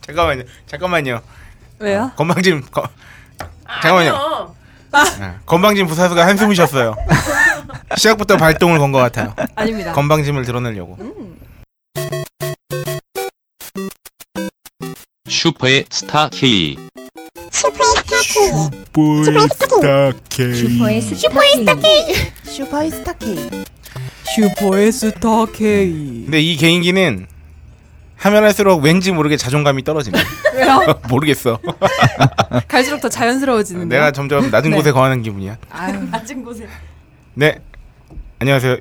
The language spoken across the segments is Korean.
잠깐만요. 잠깐만요. 왜요? 건방진 거, 잠깐만요. 아니요. 네, 건방진 부사수가 한숨을 쉬었어요. 시작부터 발동을 건 것 같아요. 아닙니다. 건방짐을 드러내려고. 슈퍼의 스타 K 슈퍼스타 K. 슈퍼스타 K 슈퍼스타 K. 슈퍼에스타 K. 근데 이 개인기는 하면 할수록 왠지 모르게 자존감이 떨어지네. 왜요? 모르겠어. 갈수록 더 자연스러워지는. 내가 점점 낮은 네. 곳에 거하는 기분이야. 아유, 낮은 곳에. 네. 안녕하세요.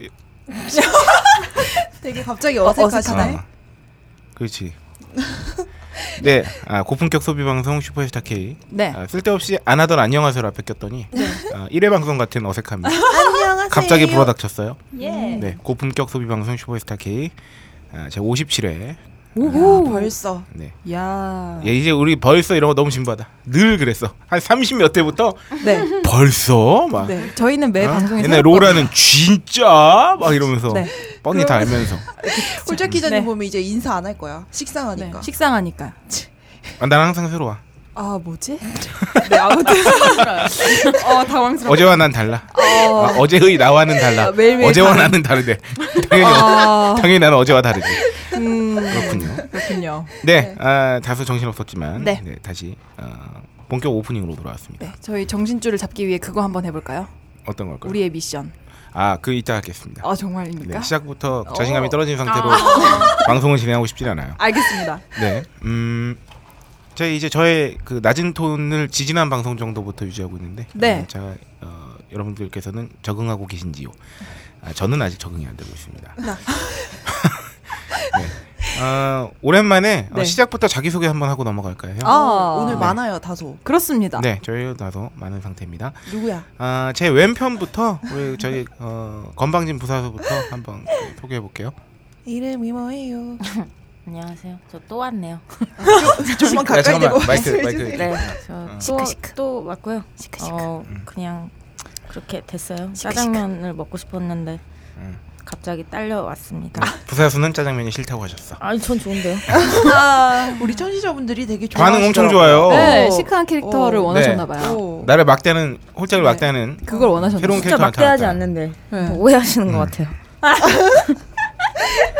되게 갑자기 어색하시네. 아, 그렇지. 네, 아, 고품격 소비 방송 슈퍼스타 K. 네. 아, 쓸데없이 안 하던 안녕하세요를 앞에 꼈더니 아, 1회 방송 같은 어색함이 안녕하세요. 갑자기 불어닥쳤어요. 예. 네, 고품격 소비 방송 슈퍼스타 K 아, 제 57회. 오호. 벌써. 네, 야. 예, 이제 우리 벌써 이런 거 너무 진부하다. 늘 그랬어. 한 30몇 회부터 네. 벌써 막 네. 저희는 매 어? 방송에서 옛날 로라는 진짜 막 이러면서 네. 뻔히 다 알면서 홀짝 기자님 네. 보면 이제 인사 안 할 거야. 식상하니까. 네. 식상하니까. 아, 난 항상 새로 와. 아 뭐지? 네 아무튼 어 당황스러워. 어제와 난 달라. 어, 아, 어제의 나와는 달라. 아, 매일매일 어제와 다른- 나는 다르대. 당연히 아, 당연히 나는 어, 어제와 다르지. 음, 그렇군요. 그렇군요. 네, 아, 다소 정신없었지만 네. 네. 다시 어, 본격 오프닝으로 돌아왔습니다. 네, 저희 정신줄을 잡기 위해 그거 한번 해볼까요? 어떤 걸까요? 우리의 미션. 아, 그 이따 하겠습니다. 아 네, 정말입니까? 시작부터 어. 아. 자신감이 떨어진 상태로 방송을 진행하고 싶진 않아요. 알겠습니다. 네, 음, 저희 이제 저의 그 낮은 톤을 지지난 방송 정도부터 유지하고 있는데, 네. 어, 제가 어, 여러분들께서는 적응하고 계신지요? 아, 저는 아직 적응이 안 되고 있습니다. 네. 어, 오랜만에 어, 네. 시작부터 자기 소개 한번 하고 넘어갈까요? 형? 아. 오늘 네. 많아요 다소. 그렇습니다. 네, 저희 나서 많은 상태입니다. 누구야? 아, 제 왼편부터 우리 저희 어, 건방진 부사수부터 한번 소개해 볼게요. 이름이 뭐예요? 안녕하세요. 저 또 왔네요. 조금만 가까이 대고 네, 마이크 뭐 말씀해 마이크. 주세요. 네. 어. 저또또 왔고요. 어, 음. 그냥 그렇게 됐어요. 짜장면을 먹고 싶었는데 음. 갑자기 딸려 왔습니다. 부사수는 짜장면이 싫다고 하셨어. 아, 아니 전 좋은데요. 아, 우리 청취자분들이 되게 좋아하시더라고요. 반응 엄청 좋아요. 어. 네, 오. 시크한 캐릭터를 오. 원하셨나 네. 봐요. 오. 나를 막대는 홀짝을 네. 막대는 그걸 원하셨나 새로운 봐요. 진짜 캐릭터 음. 막대하지 않는데 네. 뭐 오해하시는 것 같아요.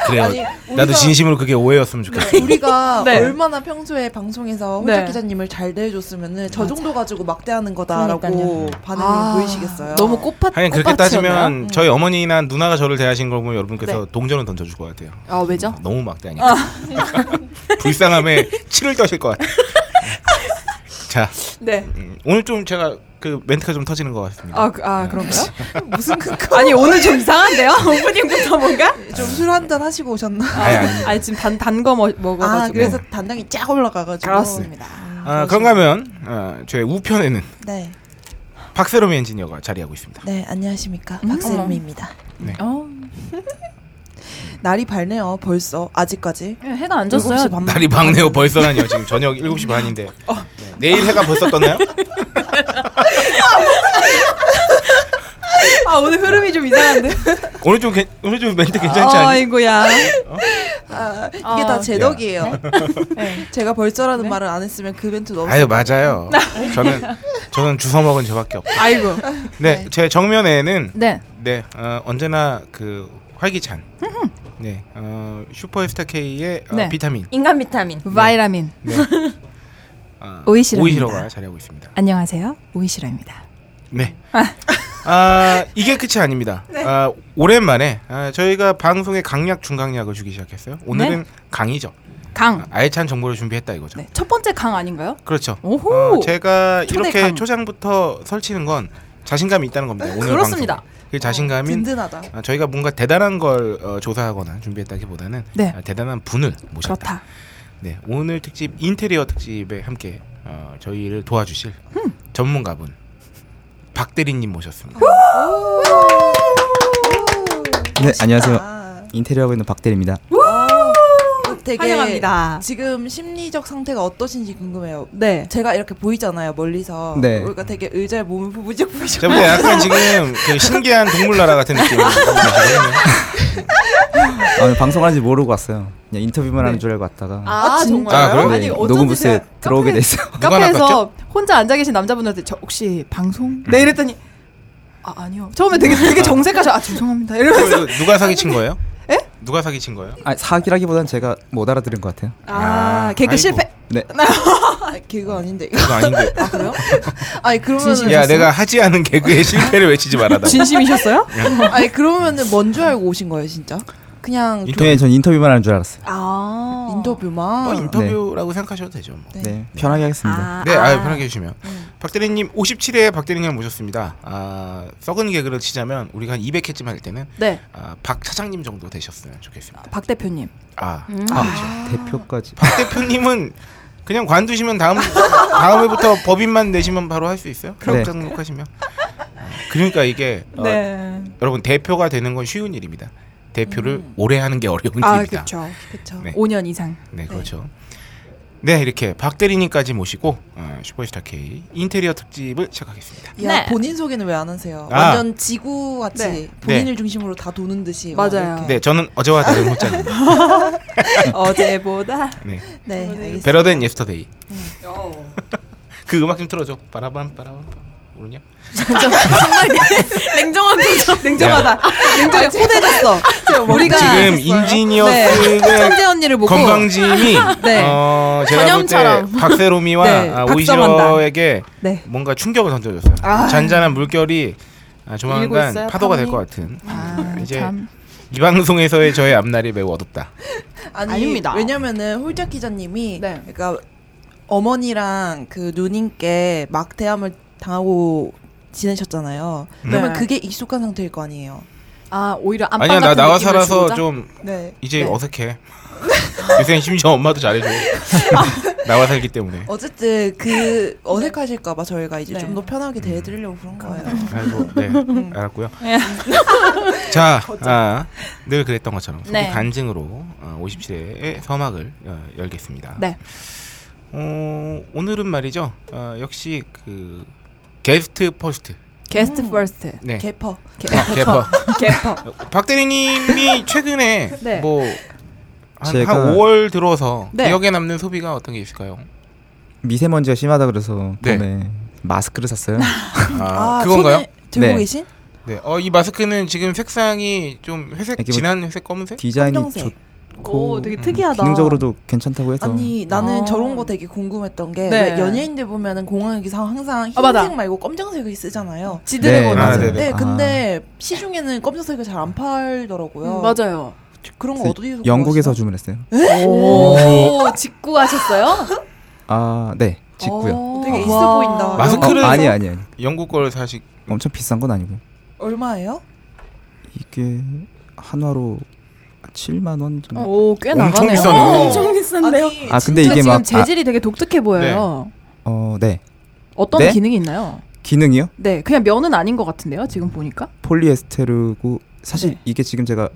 그래요. 아니, 나도 우리가- 진심으로 그게 오해였으면 좋겠어. 우리가 네. 얼마나 평소에 방송에서 홀짝 네. 기자님을 잘 대해줬으면은 저 정도 가지고 막대하는 거다라고 그러니까요. 반응 보이시겠어요. 아. 너무 꽃밭 하긴 그렇게 꽃밭이었나요? 따지면 저희 어머니나 누나가 저를 대하신 걸 보면 여러분께서 동전을 던져줄 것 같아요. 아 왜죠? 너무 막대하니까. 불쌍함에 치를 떠실 것 같아요. 자, 네. 음, 오늘 좀 제가 그 멘트가 좀 터지는 것 같습니다. 아, 그- 아 그런가요? 무슨 그 아니 오늘 좀 이상한데요? 오프닝부터 뭔가? 좀 술 한 잔 하시고 오셨나? 아니, 아니. 아니 지금 단 단 거 먹어가지고. 아 그래서 단당이 쫙 올라가가지고. 그렇습니다. 아, 그런가 하면 어, 저의 우편에는 네, 박세롬 엔지니어가 자리하고 있습니다. 네 안녕하십니까 박세롬입니다. 어, 날이 밝네요 벌써 아직까지. 예, 해가 안 일곱 시 졌어요. 반. 날이 밝네요 벌써라니요 지금 저녁 7시 반인데 어. 네. 내일 해가 벌써 떴나요? 아 오늘 흐름이 좀 이상한데. 오늘 좀 괜- 오늘 좀 멘트 괜찮지 않니? 아이고야. 아, 이게 어. 다 제 야. 덕이에요. 네. 제가 벌써라는 말을 안 했으면 그 멘트 너무. 아유 맞아요. 저는 저는 주워 먹은 저밖에 없고. 아이고. 네, 제 정면에는 네. 네 어, 언제나 그 활기찬 네 어, 슈퍼스타 K의 어, 네. 비타민 인간 비타민. 바이라민. 네. 어, 오이시라입니다. 오이시러가 자리하고 있습니다. 안녕하세요. 오이시라입니다. 네. 아 이게 끝이 아닙니다. 네. 아, 오랜만에 아, 저희가 방송에 강약 중강약을 주기 시작했어요. 오늘은 강이죠. 아, 강. 알찬 정보를 준비했다 이거죠. 네. 첫 번째 강 아닌가요? 그렇죠. 오호. 어, 제가 이렇게 초대감. 초장부터 설치는 건 자신감이 있다는 겁니다. 오늘 그렇습니다. 방송. 그 자신감인 든든하다. 아, 저희가 뭔가 대단한 걸 어, 조사하거나 준비했다기보다는 네. 아, 대단한 분을 모셨다. 그렇다. 네, 오늘 특집 인테리어 특집에 함께 어, 저희를 도와주실 전문가분 박대리님 모셨습니다. 네, 안녕하세요. 아, 인테리어하고 있는 박대리입니다. 되게 환영합니다. 지금 심리적 상태가 어떠신지 궁금해요. 네. 제가 이렇게 보이잖아요 멀리서. 네. 우리가 되게 의자에 몸을 부부적 부부적. 제가 볼 때 약간 지금 그 신기한 동물 나라 같은 느낌이 드네요. 아, 오늘 방송하는지 모르고 왔어요. 그냥 인터뷰만 하는 줄 알고 왔다가 아, 네. 아, 진짜요? 아, 그래요? 아니 네, 어쩐지 녹음 부스에 제가 들어오게 카페- 돼 있어. 요 누가 카페에서 혼자 앉아 계신 남자분한테 저 혹시 방송? 음. 네 이랬더니 아 아니요. 처음에 되게 되게 정색하셔. 아 죄송합니다. 이러면서 누가 사기친 거예요? 에? 누가 사기친 거예요? 아, 사기라기보단 제가 못 알아들은 것 같아요. 아 아, 개그 아이고. 실패. 네, 아, 개그 아닌데. 그거 아닌데. 아 그래요? 아니 그러면은 야, 내가 하지 않은 개그의 실패를 외치지 말아라. 진심이셨어요? 아니 그러면은 뭔 줄 알고 오신 거예요 진짜? 그냥 좀 네, 전 인터뷰만 하는 줄 알았어요. 아 인터뷰만. 어, 뭐 인터뷰라고 생각하셔도 되죠. 뭐. 네. 네, 편하게 하겠습니다. 네, 아, 편하게 해주시면. 박대리님 57회 박대리님 모셨습니다. 아, 썩은 개그를 치자면 우리가 한 200회쯤 할 때는 네. 아, 박 차장님 정도 되셨으면 좋겠습니다. 박 대표님. 아, 음. 아, 대표까지. 박 대표님은 그냥 관두시면 다음 다음 회부터 법인만 내시면 바로 할 수 있어요. 네. 등록하시면. 아, 그러니까 이게 어, 네. 여러분 대표가 되는 건 쉬운 일입니다. 대표를 오래 하는 게 어려운 아 일입니다. 그렇죠. 그쵸. 네. 5년 이상. 네, 그렇죠. 네, 이렇게 박대리님까지 모시고 어, 슈퍼스타 K 인테리어 특집을 시작하겠습니다. 야 네. 본인 소개는 왜 안 하세요? 아. 완전 지구 같이 네. 본인을 중심으로 다 도는 듯이 막 맞아요. 이렇게. 네, 저는 어제와 다른 혼자입니다. 어제보다. 네, 네. 알겠습니다. 베러덴 예스터데이. 그 음악 좀 틀어줘. 빠라밤 빠라밤. 모르냐? 냉정한 표정. 네. 냉정하다. 냉정해. 소대됐어. 우리가 지금 인지니어 네. 의 천재 언니를 보고 건방짐이 네. 어, 제가 볼 때 전염처럼. 박세롬이와 네, 아, 각성한다. 오이시러에게 네. 뭔가 충격을 던져줬어요. 잔잔한 물결이 아, 밀고 조만간 있어요, 파도가 파도니? 될 것 같은. 음, 아, 이제 참. 이 방송에서의 저의 앞날이 매우 어둡다. 아니, 아닙니다. 왜냐면은 홀짝 기자님이 네. 그러니까 어머니랑 그 누님께 막대함을 당하고 지내셨잖아요. 그러면 네. 그게 익숙한 상태일 거 아니에요. 아 오히려 안방 아니야 나 같은 나와 느낌을 살아서 주고자? 좀 네. 이제 네. 어색해. 요새 심지어 엄마도 잘해줘. 아. 나와 살기 때문에. 어쨌든 그 어색하실까봐 저희가 이제 네. 좀 더 편하게 대해드리려고 그런 거예요. 아이고, 네, 알았고요. 자, 아, 늘 그랬던 것처럼 소비 네. 간증으로 57회의 서막을 어, 열겠습니다. 네. 어, 오늘은 말이죠. 어, 역시 그 게스트 퍼스트. 게스트 퍼스트. 네. 개퍼. 아, 개퍼. 개퍼. 박 대리님이 최근에 네. 뭐. 한, 제가- 한 5월 들어서 네. 기억에 남는 소비가 어떤 게 있을까요? 미세먼지가 심하다 그래서 네. 봄에 마스크를 샀어요. 아, 그건가요? 손에 들고 네. 계신? 네. 어, 이 마스크는 지금 색상이 좀 회색 이게 뭐- 진한 회색 검은색? 디자인이 검정색. 좋고 오, 되게 음, 특이하다. 기능적으로도 괜찮다고 해서 아니 나는 아. 저런 거 되게 궁금했던 게 네. 왜 연예인들 보면은 공항에서 항상 흰색 아, 맞아. 말고 검정색을 쓰잖아요. 지드래곤. 네, 맞아요. 맞아요. 네, 아. 근데 시중에는 검정색을 잘 안 음, 팔더라고요. 맞아요. 그런 거 그래서 어디서 영국에서 구하시나? 주문했어요. 오, 직구하셨어요? 아, 네. 직구요. 되게 있어 와. 보인다. 마스크- 마스크를 어, 아니 아니 아니. 영국 걸 사실 엄청 비싼 건 아니고. 얼마예요? 이게 한화로 7만 원 정도. 오, 어, 꽤 엄청 나가네요. 비싸네요. 어, 엄청 비싼데요. 아, 근데 진짜 이게 지금 막 재질이 되게 독특해 보여요. 아, 어, 네. 어떤 네? 기능이 있나요? 기능이요? 네, 그냥 면은 아닌 것 같은데요. 지금 보니까. 폴리에스테르고 사실 네. 이게 지금 제가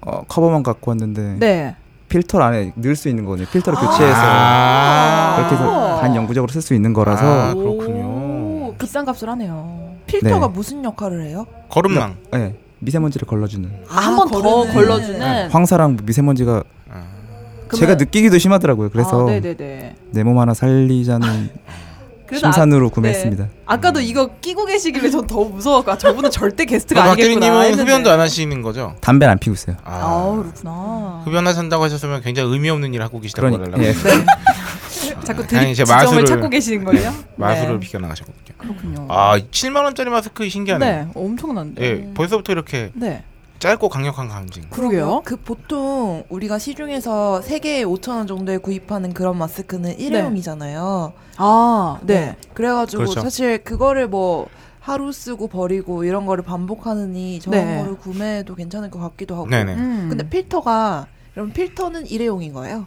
어, 커버만 갖고 왔는데 네. 필터 안에 넣을 수 있는 거거든요. 필터를 아. 교체해서 아. 그렇게 해서 아. 반영구적으로 쓸 수 있는 아, 거라서 그렇군요. 오, 비싼 값을 하네요. 필터가 네. 무슨 역할을 해요? 거름망. 네, 미세먼지를 걸러주는 예, 아, 한 번 더 거르는. 걸러주는. 황사랑 미세먼지가 아. 제가 느끼기도 심하더라고요. 그래서 아, 네네네. 내 몸 하나 살리자는 그래서 심산으로 네. 구매했습니다. 아까도 이거 끼고 계시길래 전 더 무서웠고 아, 저분은 절대 게스트가 박 아니겠구나 대리님은 했는데. 흡연도 안 하시는 거죠? 담배는 안 피고 있어요. 아, 아. 그렇구나. 흡연하신다고 하셨으면 굉장히 의미 없는 일 하고 계시다고 그러니까 말하려고. 예. 자꾸 다행히 드립 이제 지점을 마술을- 찾고 계시는 거예요? 마술을 네. 비껴나가셨거든요. 그렇군요. 아, 7만 원짜리 마스크 신기하네. 요 네, 엄청난데. 예, 벌써부터 이렇게 네. 짧고 강력한 감징. 그러게요. 그 보통 우리가 시중에서 3개에 5천 원 정도에 구입하는 그런 마스크는 일회용이잖아요. 아, 네. 뭐 그래가지고 그렇죠. 사실 그거를 뭐 하루 쓰고 버리고 이런 거를 반복하느니 저런 네. 거를 구매해도 괜찮을 것 같기도 하고. 네네. 음. 근데 필터가 그럼 필터는 일회용인 거예요?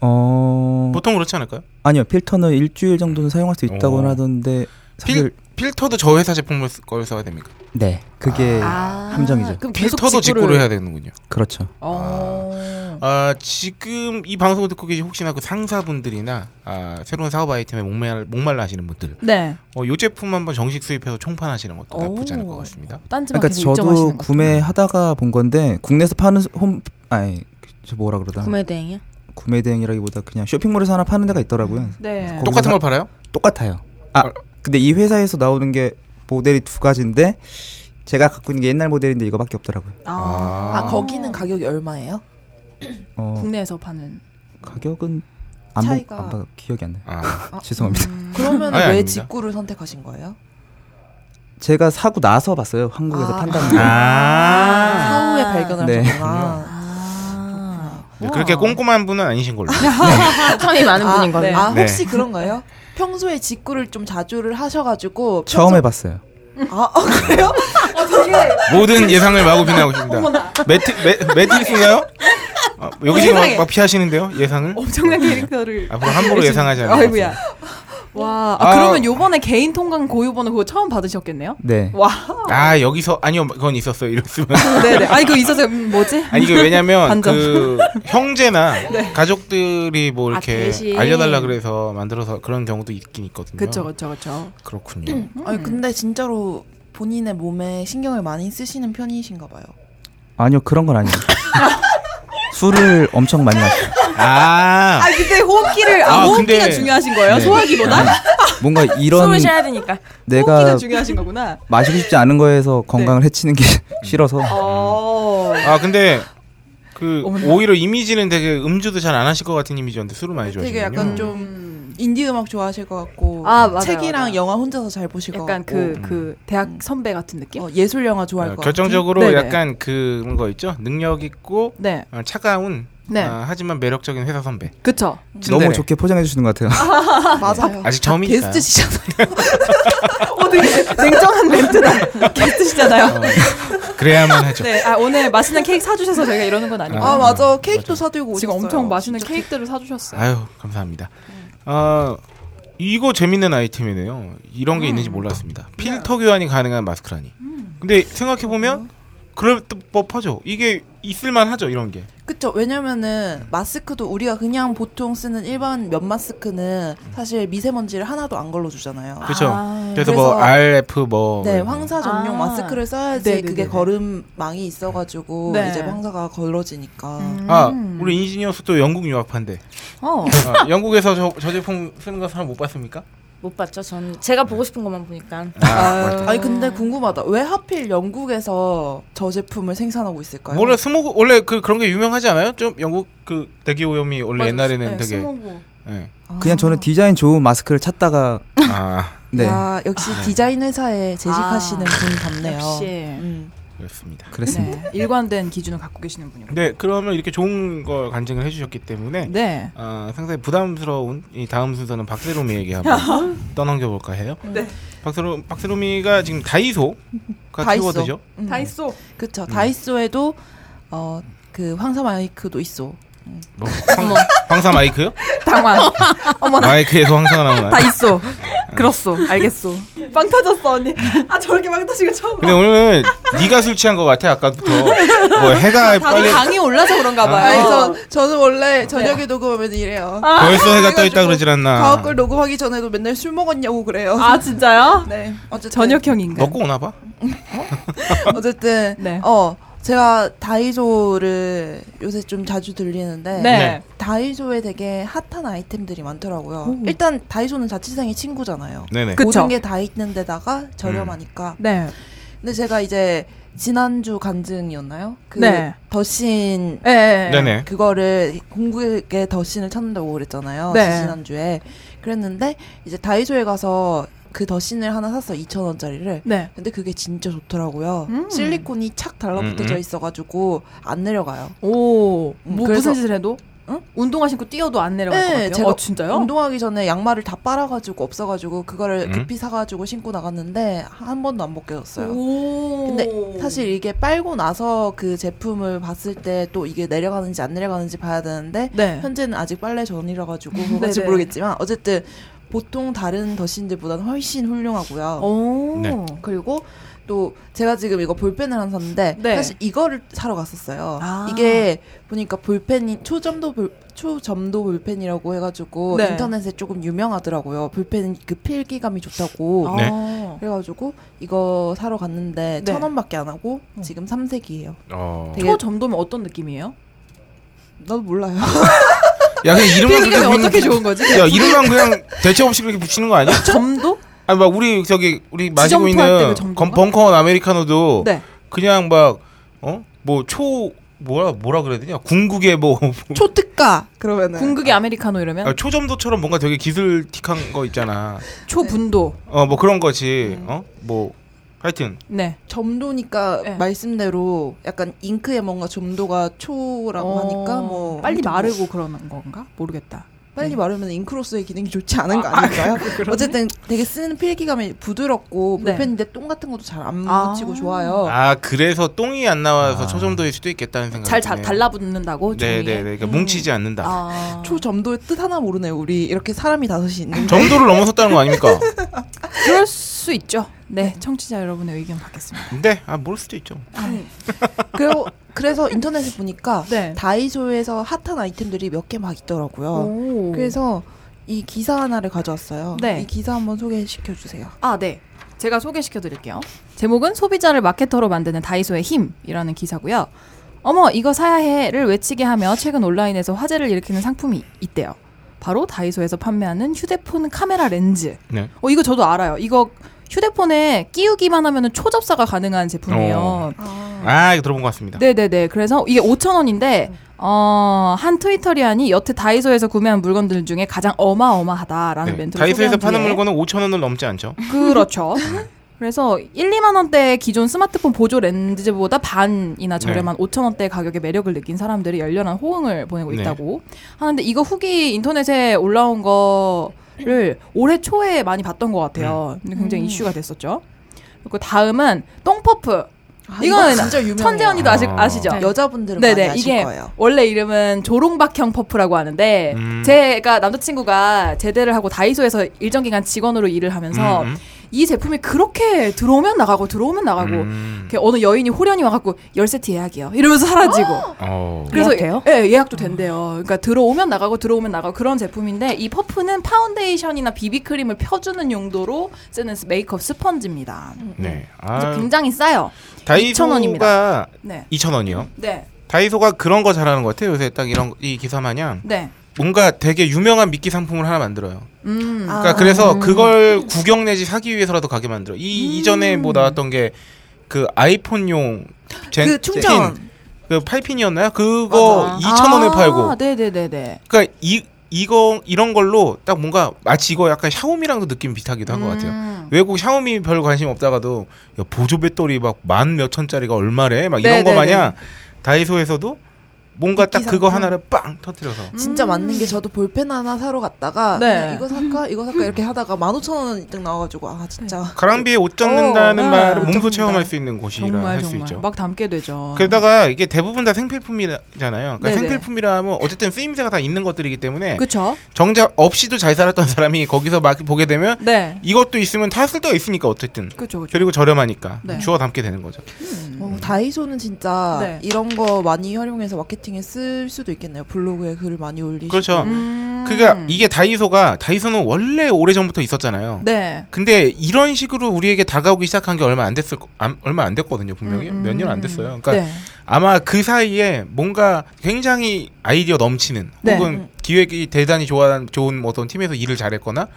어 보통 그렇지 않을까요? 아니요 필터는 일주일 정도는 사용할 수 있다고 어. 하던데 사실 필 필터도 저 회사 제품을 쓰- 걸 써야 됩니까? 네 그게 아, 함정이죠. 그럼 어, 계속 필터도 직구를 해야 되는군요. 그렇죠. 어. 아, 지금 이 방송을 듣고 계신 혹시나 그 상사분들이나 아, 새로운 사업 아이템에 목말 목말라 하시는 분들, 네. 어, 요 제품 한번 정식 수입해서 총판하시는 것도 나쁘지 않을 오. 것 같습니다. 딴지만 그러니까 계속 저도 입점하시는 거. 구매하다가 본 건데 국내에서 파는 홈 아니 저 뭐라 그러다 구매 대행이요? 구매 대행이라기보다 그냥 쇼핑몰에서 하나 파는 데가 있더라고요. 음. 네. 거기서 똑같은 사- 걸 팔아요? 똑같아요. 아 근데 이 회사에서 나오는 게 모델이 두 가지인데 제가 갖고 있는 게 옛날 모델인데 이거밖에 없더라고요. 아, 아 거기는 가격이 얼마예요? 어, 국내에서 파는 가격은 안, 차이가- 보, 안 봐, 기억이 안 나요. 아, 아, 죄송합니다. 음, 그러면 아니, 왜 아닙니다. 직구를 선택하신 거예요? 제가 사고 나서 봤어요. 한국에서 아. 판다는 거. 사후에 발견을 아. 네. 그렇죠. 하셨구나. 아, 네, 그렇게 꼼꼼한 분은 아니신 걸로. 천이 많은 아, 분인 거네. 아 네. 혹시 그런가요? 평소에 직구를 좀 자주를 하셔가지고 처음 해봤어요. 평소- 아, 아 그래요? 모든 예상을 마구 비난하고 있습니다. 매트 매, 매트릭스인가요? 아, 여기 지금 막, 세상에. 막 피하시는데요 예상을? 엄청난 캐릭터를. 앞으로 함부로 아, 예상하지 않아요. 어. 아이고야. 와, 아, 아. 그러면 요번에 개인 통관 고유번호 그거 처음 받으셨겠네요? 네. 와, 아 여기서 아니요 그건 있었어요 이랬으면. 네네. 아, 이거 있어서 음, 뭐지? 아니 이게 왜냐면 반전. 그 형제나 가족들이 뭐 아, 이렇게 대신. 알려달라 그래서 만들어서 그런 경우도 있긴 있거든요. 그쵸, 그쵸, 그쵸. 군요 음. 아니 근데 진짜로 본인의 몸에 신경을 많이 쓰시는 편이신가 봐요. 아니요 그런 건 아니에요. 술을 엄청 많이 마셔요. 아 아, 근데 호흡기를, 아, 아, 호흡기가 근데- 중요하신 거예요? 네. 소화기보다? 뭔가 이런 숨을 쉬어야 되니까. 내가 호흡기가 중요하신 거구나. 마시고 싶지 않은 거에서 건강을 해치는 게 싫어서 어. 아 근데 그 어머나. 오히려 이미지는 되게 음주도 잘 안 하실 것 같은 이미지였는데 술을 많이 좋아하시거든요. 되게 약간 좀 좀 인디 음악 좋아하실 것 같고 아, 맞아요, 책이랑 맞아요. 영화 혼자서 잘 보실 것 약간 같고 그, 그, 대학 선배 같은 느낌? 어, 예술 영화 좋아할 음. 어, 것 결정적으로 같은? 네네. 약간 그런 거 있죠. 능력 있고 네. 어, 차가운 네. 아, 하지만 매력적인 회사 선배. 그쵸. 츤데레. 너무 좋게 포장해 주시는 것 같아요. 같아요. 맞아요. 아직 처음이니까. 게스트시잖아요. 어, 되게 냉정한 멘트다. 게스트시잖아요. 그래야만 하죠. 네. 아, 오늘 맛있는 케이크 사주셔서 저희가 이러는 건 아니고. 아 맞아 케이크도 맞아. 사들고 오셨어요. 지금 엄청 맛있는 케이크들을 사주셨어요. 아유 감사합니다. 아 이거 재밌는 아이템이네요. 이런 게 음. 있는지 몰랐습니다. 네. 필터 교환이 가능한 마스크라니. 근데 생각해 보면 그럴 법하죠. 이게 있을만 하죠. 이런 게. 그쵸 왜냐면은 마스크도 우리가 그냥 보통 쓰는 일반 면 마스크는 사실 미세먼지를 하나도 안 걸러주잖아요. 그렇죠. 아, 그래서, 뭐 그래서- RF 뭐 네, 황사 전용 아. 마스크를 써야지 네네네네. 그게 걸음망이 있어가지고 네. 이제 황사가 걸러지니까. 음. 아 음. 우리 인지니어 수도 영국 유학파인데 어. 아, 영국에서 저, 저 제품 쓰는 거 사람 못 봤습니까? 못 봤죠. 전 제가 보고 싶은 것만 보니까. 아, 아니 근데 궁금하다. 왜 하필 영국에서 저 제품을 생산하고 있을까요? 원래 스모그 원래 그 그런 게 유명하지 않아요? 좀 영국 그 대기 오염이 원래 네, 옛날에는 되게 네, 스모고. 예. 그냥 저는 디자인 좋은 마스크를 찾다가 아 네 야, 역시 디자인 회사에 재직하시는 분이 같네요. 역시. 음. 그렇습니다. 그랬습니다. 네. 일관된 기준을 갖고 계시는 분이군요. 네, 그러면 이렇게 좋은 걸 간증을 해주셨기 때문에 네. 아, 상당히 부담스러운 이 다음 순서는 박세롬이에게 한번 떠넘겨볼까 해요. 네. 박세롬 박세롬이가 지금 다이소가 다이소. 키워드죠. 음. 다이소. 그쵸. 다이소에도 어, 그 황사 마이크도 있어. 뭐, 황, 황사 마이크요? 당황. 마이크에서 황사가 나오나요? 다이소. 음. 그렇소. 알겠소. 빵 터졌어 언니. 아 저렇게 빵 터지고 처음. 근데 오늘 네가 술 취한 것 같아 아까부터 뭐 해가 빨리 다들 강이 올라서 그런가 아, 봐요. 그래서 저는 네. 원래 저녁에 녹음하면 이래요. 아. 벌써 해가 떠 있다 그래가지고 그러질 않나 다음 걸 녹음하기 전에도 맨날 술 먹었냐고 그래요. 아 진짜요? 네. 어쨌든 저녁형 인간. 먹고 오나 봐 어쨌든 네. 어 제가 다이소를 요새 좀 자주 들리는데 네. 다이소에 되게 핫한 아이템들이 많더라고요. 오. 일단 다이소는 자취생의 친구잖아요. 네네 그- 그쵸. 모든 게 다 있는 데다가 저렴하니까. 네. 근데 제가 이제 지난주 간증이었나요? 그 네. 더신 예, 예. 예. 네네 그거를 공국의 더신을 찾는다고 그랬잖아요. 네. 지난주에. 그랬는데 이제 다이소에 가서 그 더신을 하나 샀어. 2,000원짜리를. 네. 근데 그게 진짜 좋더라고요. 음. 실리콘이 착 달라붙어져 음, 음. 있어가지고 안 내려가요. 오. 음, 뭐 그래서- 무슨 짓을 해도? 응? 운동화 신고 뛰어도 안 내려갈 것 네, 같아요. 제가 어 진짜요? 운동하기 전에 양말을 다 빨아가지고 없어가지고 그거를 음. 급히 사가지고 신고 나갔는데 한 번도 안 벗겨졌어요. 오. 근데 사실 이게 빨고 나서 그 제품을 봤을 때 또 이게 내려가는지 안 내려가는지 봐야 되는데 네. 현재 현재는 아직 빨래 전이라 가지고 그건지 네네. 모르겠지만 어쨌든 보통 다른 더신들보다는 훨씬 훌륭하고요. 오. 네. 그리고 또 제가 지금 이거 볼펜을 하나 샀는데 네. 사실 이거를 사러 갔었어요. 아. 이게 보니까 볼펜이 초점도 볼, 초점도 볼펜이라고 해가지고 네. 인터넷에 조금 유명하더라고요. 볼펜 그 필기감이 좋다고. 네. 어. 그래가지고 이거 사러 갔는데 네. 천 원밖에 안 하고 지금 3색이에요. 어. 되게- 초점도면 어떤 느낌이에요? 나도 몰라요. 야 그냥 이름만 필기감이 그냥- 어떻게 좋은 거지? 야 이름만 그냥 대체 없이 그렇게 붙이는 거 아니야? 점도? 아니 막 우리 저기 우리 마시고 지점토 할때 있는 그 정도인가? 건- 벙커원 아메리카노도 네. 그냥 어? 막어뭐초 뭐라 뭐라 그래야 되냐 궁극의 뭐 네? 초특가 그러면은 궁극의 아메리카노 이러면 아, 초점도처럼 뭔가 되게 기술틱한 거 있잖아. 네. 초분도. 어 뭐 그런 거지. 음. 어 뭐 하여튼 네. 점도니까 네. 말씀대로 약간 잉크에 뭔가 점도가 초라고 어, 하니까 뭐 빨리 엄청 마르고 그러는 건가? 모르겠다. 빨리 말하면 잉크로스의 기능이 좋지 않은 거 아, 아, 아닌가요? 그러네. 어쨌든 되게 쓰는 필기감이 부드럽고 네. 볼펜인데 똥 같은 것도 잘 안 아. 묻히고 좋아요. 아 그래서 똥이 안 나와서 아. 초점도일 수도 있겠다는 생각. 잘, 잘 달라붙는다고 종이에. 네. 네네네. 그러니까 뭉치지 않는다. 아. 초점도의 뜻 하나 모르네요. 우리 이렇게 사람이 다섯이 있는데 점도를 넘어섰다는 거 아닙니까? 그럴 수 있죠. 네, 청취자 여러분의 의견 받겠습니다. 근데 아 모를 수도 있죠. 그리고 그래서 인터넷에 보니까 네. 다이소에서 핫한 아이템들이 몇 개 막 있더라고요. 오. 그래서 이 기사 하나를 가져왔어요. 네. 이 기사 한번 소개시켜 주세요. 아, 네. 제가 소개시켜 드릴게요. 제목은 소비자를 마케터로 만드는 다이소의 힘이라는 기사고요. 어머, 이거 사야 해를 외치게 하며 최근 온라인에서 화제를 일으키는 상품이 있대요. 바로 다이소에서 판매하는 휴대폰 카메라 렌즈. 네. 어, 이거 저도 알아요. 이거 휴대폰에 끼우기만 하면 초접사가 가능한 제품이에요. 어. 아 이거 들어본 것 같습니다. 네네네. 그래서 이게 5천 원인데 어, 한 트위터리안이 여태 다이소에서 구매한 물건들 중에 가장 어마어마하다라는 네. 멘트를 다이소에서 소개한 파는 뒤에 물건은 네. 5천 원을 넘지 않죠. 그렇죠. 그래서 1, 2만 원대의 기존 스마트폰 보조 렌즈보다 네. 반이나 저렴한 5천 원대 가격의 매력을 느낀 사람들이 열렬한 호응을 보내고 네. 있다고 하는데 이거 후기 인터넷에 올라온 거를 올해 초에 많이 봤던 것 같아요. 네. 근데 굉장히 이슈가 됐었죠. 그리고 다음은 똥퍼프. 아, 이건 진짜 유명해요. 천재 언니도 아시, 아. 아시죠? 네. 여자분들은 네네, 많이 아실 이게 거예요. 원래 이름은 조롱박형 퍼프라고 하는데 음. 제가 남자친구가 제대를 하고 다이소에서 일정 기간 직원으로 일을 하면서 음, 이 제품이 그렇게 들어오면 나가고 들어오면 음. 나가고 음. 이렇게 어느 여인이 호련이 와갖고 열세트 예약이요 이러면서 사라지고 어. 그래서 예약돼요? 예 예약도 된대요. 그러니까 들어오면 나가고 들어오면 나가고 그런 제품인데 이 퍼프는 파운데이션이나 비비크림을 펴주는 용도로 쓰는 메이크업 스펀지입니다. 네. 그래서 아, 굉장히 싸요. 다이소가 2,000원입니다. 네, 2천 원이요. 네, 다이소가 그런 거 잘하는 것 같아요. 요새 딱 이런 거- 이 기사 마냥 네. 뭔가 되게 유명한 미끼 상품을 하나 만들어요. 음. 아, 그러니까 그래서 그걸 구경 내지 사기 위해서라도 가게 만들어. 이 이전에 뭐 나왔던 게 그 아이폰용 젠, 그 충전 핀, 그 8핀이었나요? 아. 그거 2,000원에 팔고. 네, 네, 네, 네. 그러니까 이 이거 이런 걸로 딱 뭔가 마치 이거 약간 샤오미랑도 느낌 비슷하기도 한 것 같아요. 음, 외국 샤오미 별 관심 없다가도 야, 보조 배터리 막 만 몇천짜리가 얼마래? 막 이런 네, 거 네, 마냥 다이소에서도 뭔가 딱 미끼 그거 상품. 하나를 빵 터트려서 진짜 맞는 게 저도 볼펜 하나 사러 갔다가 음. 네. 그냥 이거 살까 이거 살까 이렇게 하다가 15,000원 이득 나와가지고 아 진짜 가랑비에 옷 젖는다는 어, 네. 말을 옷 몸소 젖는다. 체험할 수 있는 곳이라 정말 할 수 정말 뭐. 있죠. 막 담게 되죠. 게다가 이게 대부분 다 생필품이잖아요. 그러니까 네네. 생필품이라 하면 어쨌든 쓰임새가 다 있는 것들이기 때문에 그렇죠. 정작 없이도 잘 살았던 사람이 거기서 막 보게 되면 네, 이것도 있으면 다 쓸데가 있으니까 어쨌든 그렇죠, 그렇죠. 그리고 저렴하니까 네. 주워 담게 되는 거죠. 어, 다이소는 진짜 네. 이런 거 많이 활용해서 마케팅에 쓸 수도 있겠네요. 블로그에 글을 많이 올리시고 그렇죠. 음. 그러니까 이게 다이소가 다이소는 원래 오래 전부터 있었잖아요. 네. 근데 이런 식으로 우리에게 다가오기 시작한 게 얼마 안 됐을 거- 안- 얼마 안 됐거든요 분명히 몇 년 안 됐어요. 그러니까 음, 네. 아마 그 사이에 뭔가 굉장히 아이디어 넘치는 네. 혹은 기획이 대단히 좋아, 좋은 뭐 어떤 팀에서 일을 잘했거나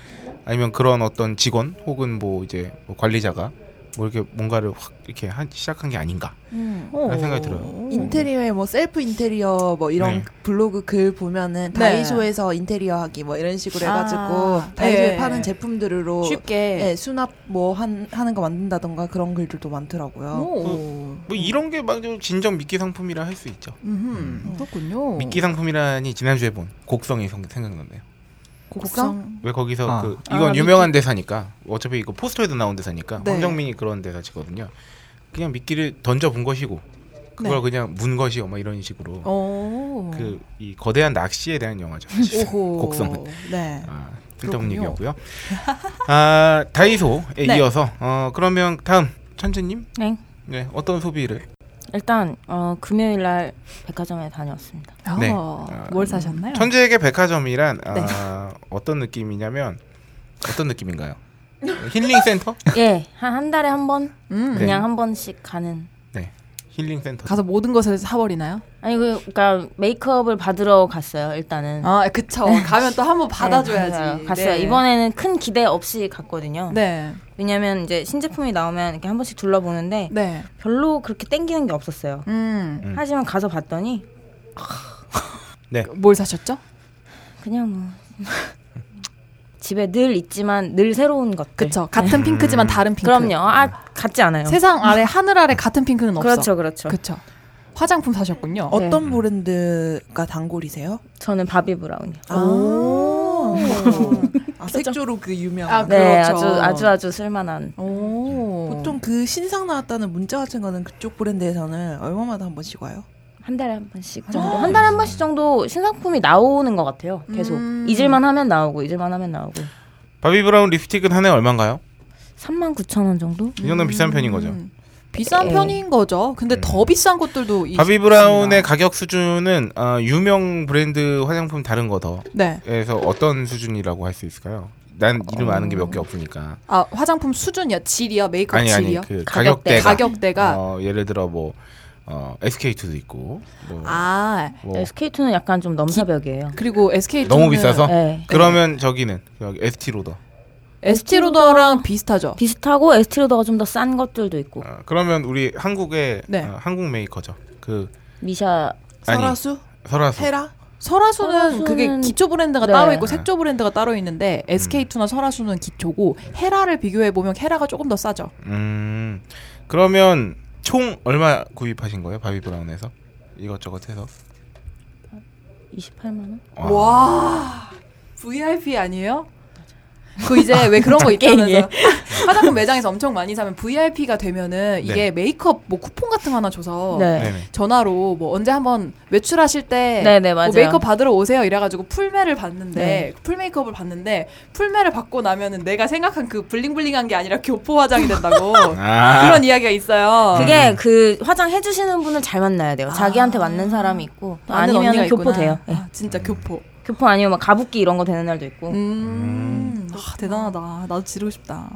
아니면 그런 어떤 직원 혹은 뭐 이제 뭐 관리자가 뭐 이렇게 뭔가를 확 이렇게 한, 시작한 게 아닌가 음. 라는 생각이 들어요. 인테리어에 뭐 셀프 인테리어 뭐 이런 네. 블로그 글 보면은 네. 다이소에서 인테리어 하기 뭐 이런 식으로 아. 해가지고 다이소에 네. 파는 제품들로 쉽게. 예, 수납 뭐 한, 하는 거 만든다던가 그런 글들도 어. 많더라고요. 오. 뭐 이런 게 막 진정 미끼 상품이라 할 수 있죠. 음. 그렇군요. 미끼 상품이라니 지난주에 본 곡성이 생- 생각났네요. 곡성? 왜 거기서 아. 그 이건 아, 유명한 대사니까 어차피 이거 포스터에도 나온 대사니까 네. 황정민이 그런 대사치거든요. 그냥 미끼를 던져 본 것이고 네. 그걸 그냥 문 것이요 막 이런 식으로 어. 오. 그 이 거대한 낚시에 대한 영화죠. 오호. 곡성은 네. 아, 쓸데없는 그렇군요. 얘기였고요. 아 다이소에 네. 이어서 어 그러면 다음 천재님? 네. 네. 어떤 소비를? 일단 어, 금요일 날 백화점에 다녀왔습니다. 아, 네. 뭘 사셨나요? 천재에게 백화점이란 네. 아, 어떤 느낌이냐면 어떤 느낌인가요? 힐링 센터? 예, 한 한 달에 한 번 음. 네. 그냥 한 번씩 가는. 힐링 센터. 가서 모든 것을 사버리나요? 아니 그 그러니까 메이크업을 받으러 갔어요. 일단은. 아, 그쵸. 가면 또 한 번 받아줘야지. 네, 갔어요. 갔어요. 이번에는 큰 기대 없이 갔거든요. 네. 왜냐면 이제 신제품이 나오면 이렇게 한 번씩 둘러보는데 네. 별로 그렇게 땡기는 게 없었어요. 음. 음. 하지만 가서 봤더니 음. 뭘 사셨죠? 그냥 뭐 집에 늘 있지만 늘 새로운 것들. 그쵸. 같은 음. 핑크지만 다른 핑크. 네. 그럼요. 아 같지 않아요. 세상 아래 하늘 아래 같은 핑크는 없어. 그렇죠, 그렇죠. 그쵸. 화장품 사셨군요. 어떤 브랜드가 단골이세요? 저는 바비 브라운이요. 아, 아 색조로 그 아, 유명한. 네, 그렇죠. 아주 아주 아주 쓸만한. 오. 보통 그 신상 나왔다는 문자 같은 거는 그쪽 브랜드에서는 얼마마다 한 번씩 와요? 한 달에 한 번씩 정도. 아, 한 달에 한 번씩 정도 신상품이 나오는 것 같아요. 계속 잊을만 하면 나오고 잊을만 하면 나오고. 바비 브라운 립스틱은 한 해 얼마인가요? 3만 9천 원 정도? 이 정도면 비싼 편인 거죠. 음. 음. 비싼 예. 편인 거죠. 근데 더 비싼 것들도 이- 바비 있습니다. 브라운의 가격 수준은 아, 유명 브랜드 화장품 다른 거더에서 네. 어떤 수준이라고 할 수 있을까요? 난 이름 아는 게 몇 개 없으니까. 아, 화장품 수준이야. 질이야. 메이크업 아니 아니 질이야. 그 가격대. 가격대가. 가격대가 어, 예를 들어 뭐 어, SK2도 있고 뭐, 아, 뭐 SK2는 네, 약간 좀 넘사벽이에요. 그리고 SK 너무 비싸서 네. 그러면 저기는 저기 ST 로더. ST 로더랑 비슷하죠. 비슷하고 에스티로더가 좀 더 싼 것들도 있고 어, 그러면 우리 한국의 네. 어, 한국 메이커죠. 그 미샤 아니 설화수, 설화수. 헤라. 설화수는 설화수는- 그게 기초 브랜드가 네. 따로 있고 색조 브랜드가 따로 있는데 음. SK2나 설화수는 기초고 헤라를 비교해 보면 헤라가 조금 더 싸죠. 음 그러면 총 얼마 구입하신 거예요 바비 브라운에서 이것저것 해서 28만 원? 와. 와 VIP 아니에요? 그 이제 왜 그런 거 있잖아요. 화장품 매장에서 엄청 많이 사면 VIP가 되면은 이게 네. 메이크업 뭐 쿠폰 같은 거 하나 줘서 네. 네네. 전화로 뭐 언제 한번 외출하실 때 네, 네, 뭐 맞아요. 메이크업 받으러 오세요 이래가지고 풀메를 봤는데 네. 풀메이크업을 봤는데 풀메를 받고 나면은 내가 생각한 그 블링블링한 게 아니라 교포 화장이 된다고 아 그런 이야기가 있어요. 그게 그 화장 해주시는 분을 잘 만나야 돼요. 자기한테 맞는 사람이 있고 아. 또 아는 언니가 아니면 교포 있구나. 돼요. 예. 아, 진짜 음. 교포. 교포 아니면 막 가부끼 이런 거 되는 날도 있고. 음, 아, 대단하다. 나도 지르고 싶다.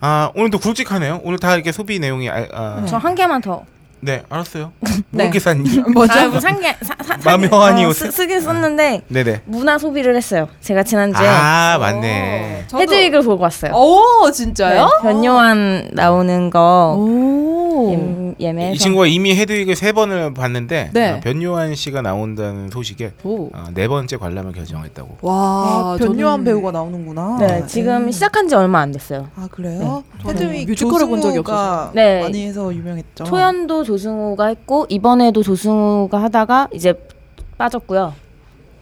아 오늘도 굵직하네요 오늘 다 이렇게 소비 내용이 아, 아, 저 한 개만 더. 네 알았어요 네. 뭐 기사님 뭐죠? 아, 아, 산개 마음이 허하니 어, 옷을. 쓰, 쓰긴 썼는데 네네 문화 소비를 했어요. 제가 지난주에 아 맞네 저도- 헤드윅을 보고 왔어요. 오 진짜요? 네, 변요한 나오는 거 오. 예- 예매해서 이 친구가 이미 헤드윅을 세 번을 봤는데 네. 아, 변요한 씨가 나온다는 소식에 오. 아, 네 번째 관람을 결정했다고 와, 아, 변요한 저는- 배우가 나오는구나. 음. 네, 지금 시작한 지 얼마 안 됐어요. 아 그래요? 저는 헤드윅 네. 뮤지컬을 본 적이 조승우가 없어서. 네. 많이 해서 어. 유명했죠. 초연도 조승우가 했고 이번에도 조승우가 하다가 이제 빠졌고요.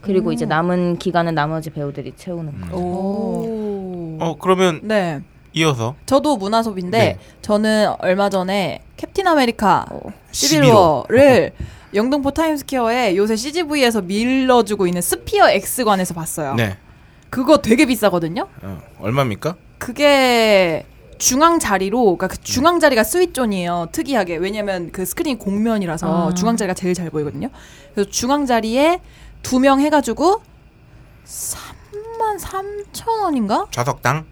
그리고 이제 남은 기간은 나머지 배우들이 채우는 거. 오. 어 그러면 네. 이어서 저도 문화섭인데 네. 저는 얼마 전에 캡틴 아메리카 어. 시빌워를 영등포 타임스퀘어에 요새 CGV에서 밀려주고 있는 스피어 X관에서 봤어요. 네 그거 되게 비싸거든요. 어, 얼마입니까 그게 중앙 자리로 음. 그러니까 그 중앙 자리가 스윗존이에요. 특이하게 왜냐면 그 스크린이 공면이라서 아. 중앙 자리가 제일 잘 보이거든요. 그래서 중앙 자리에 두 명 해가지고 3만 3천 원인가? 좌석당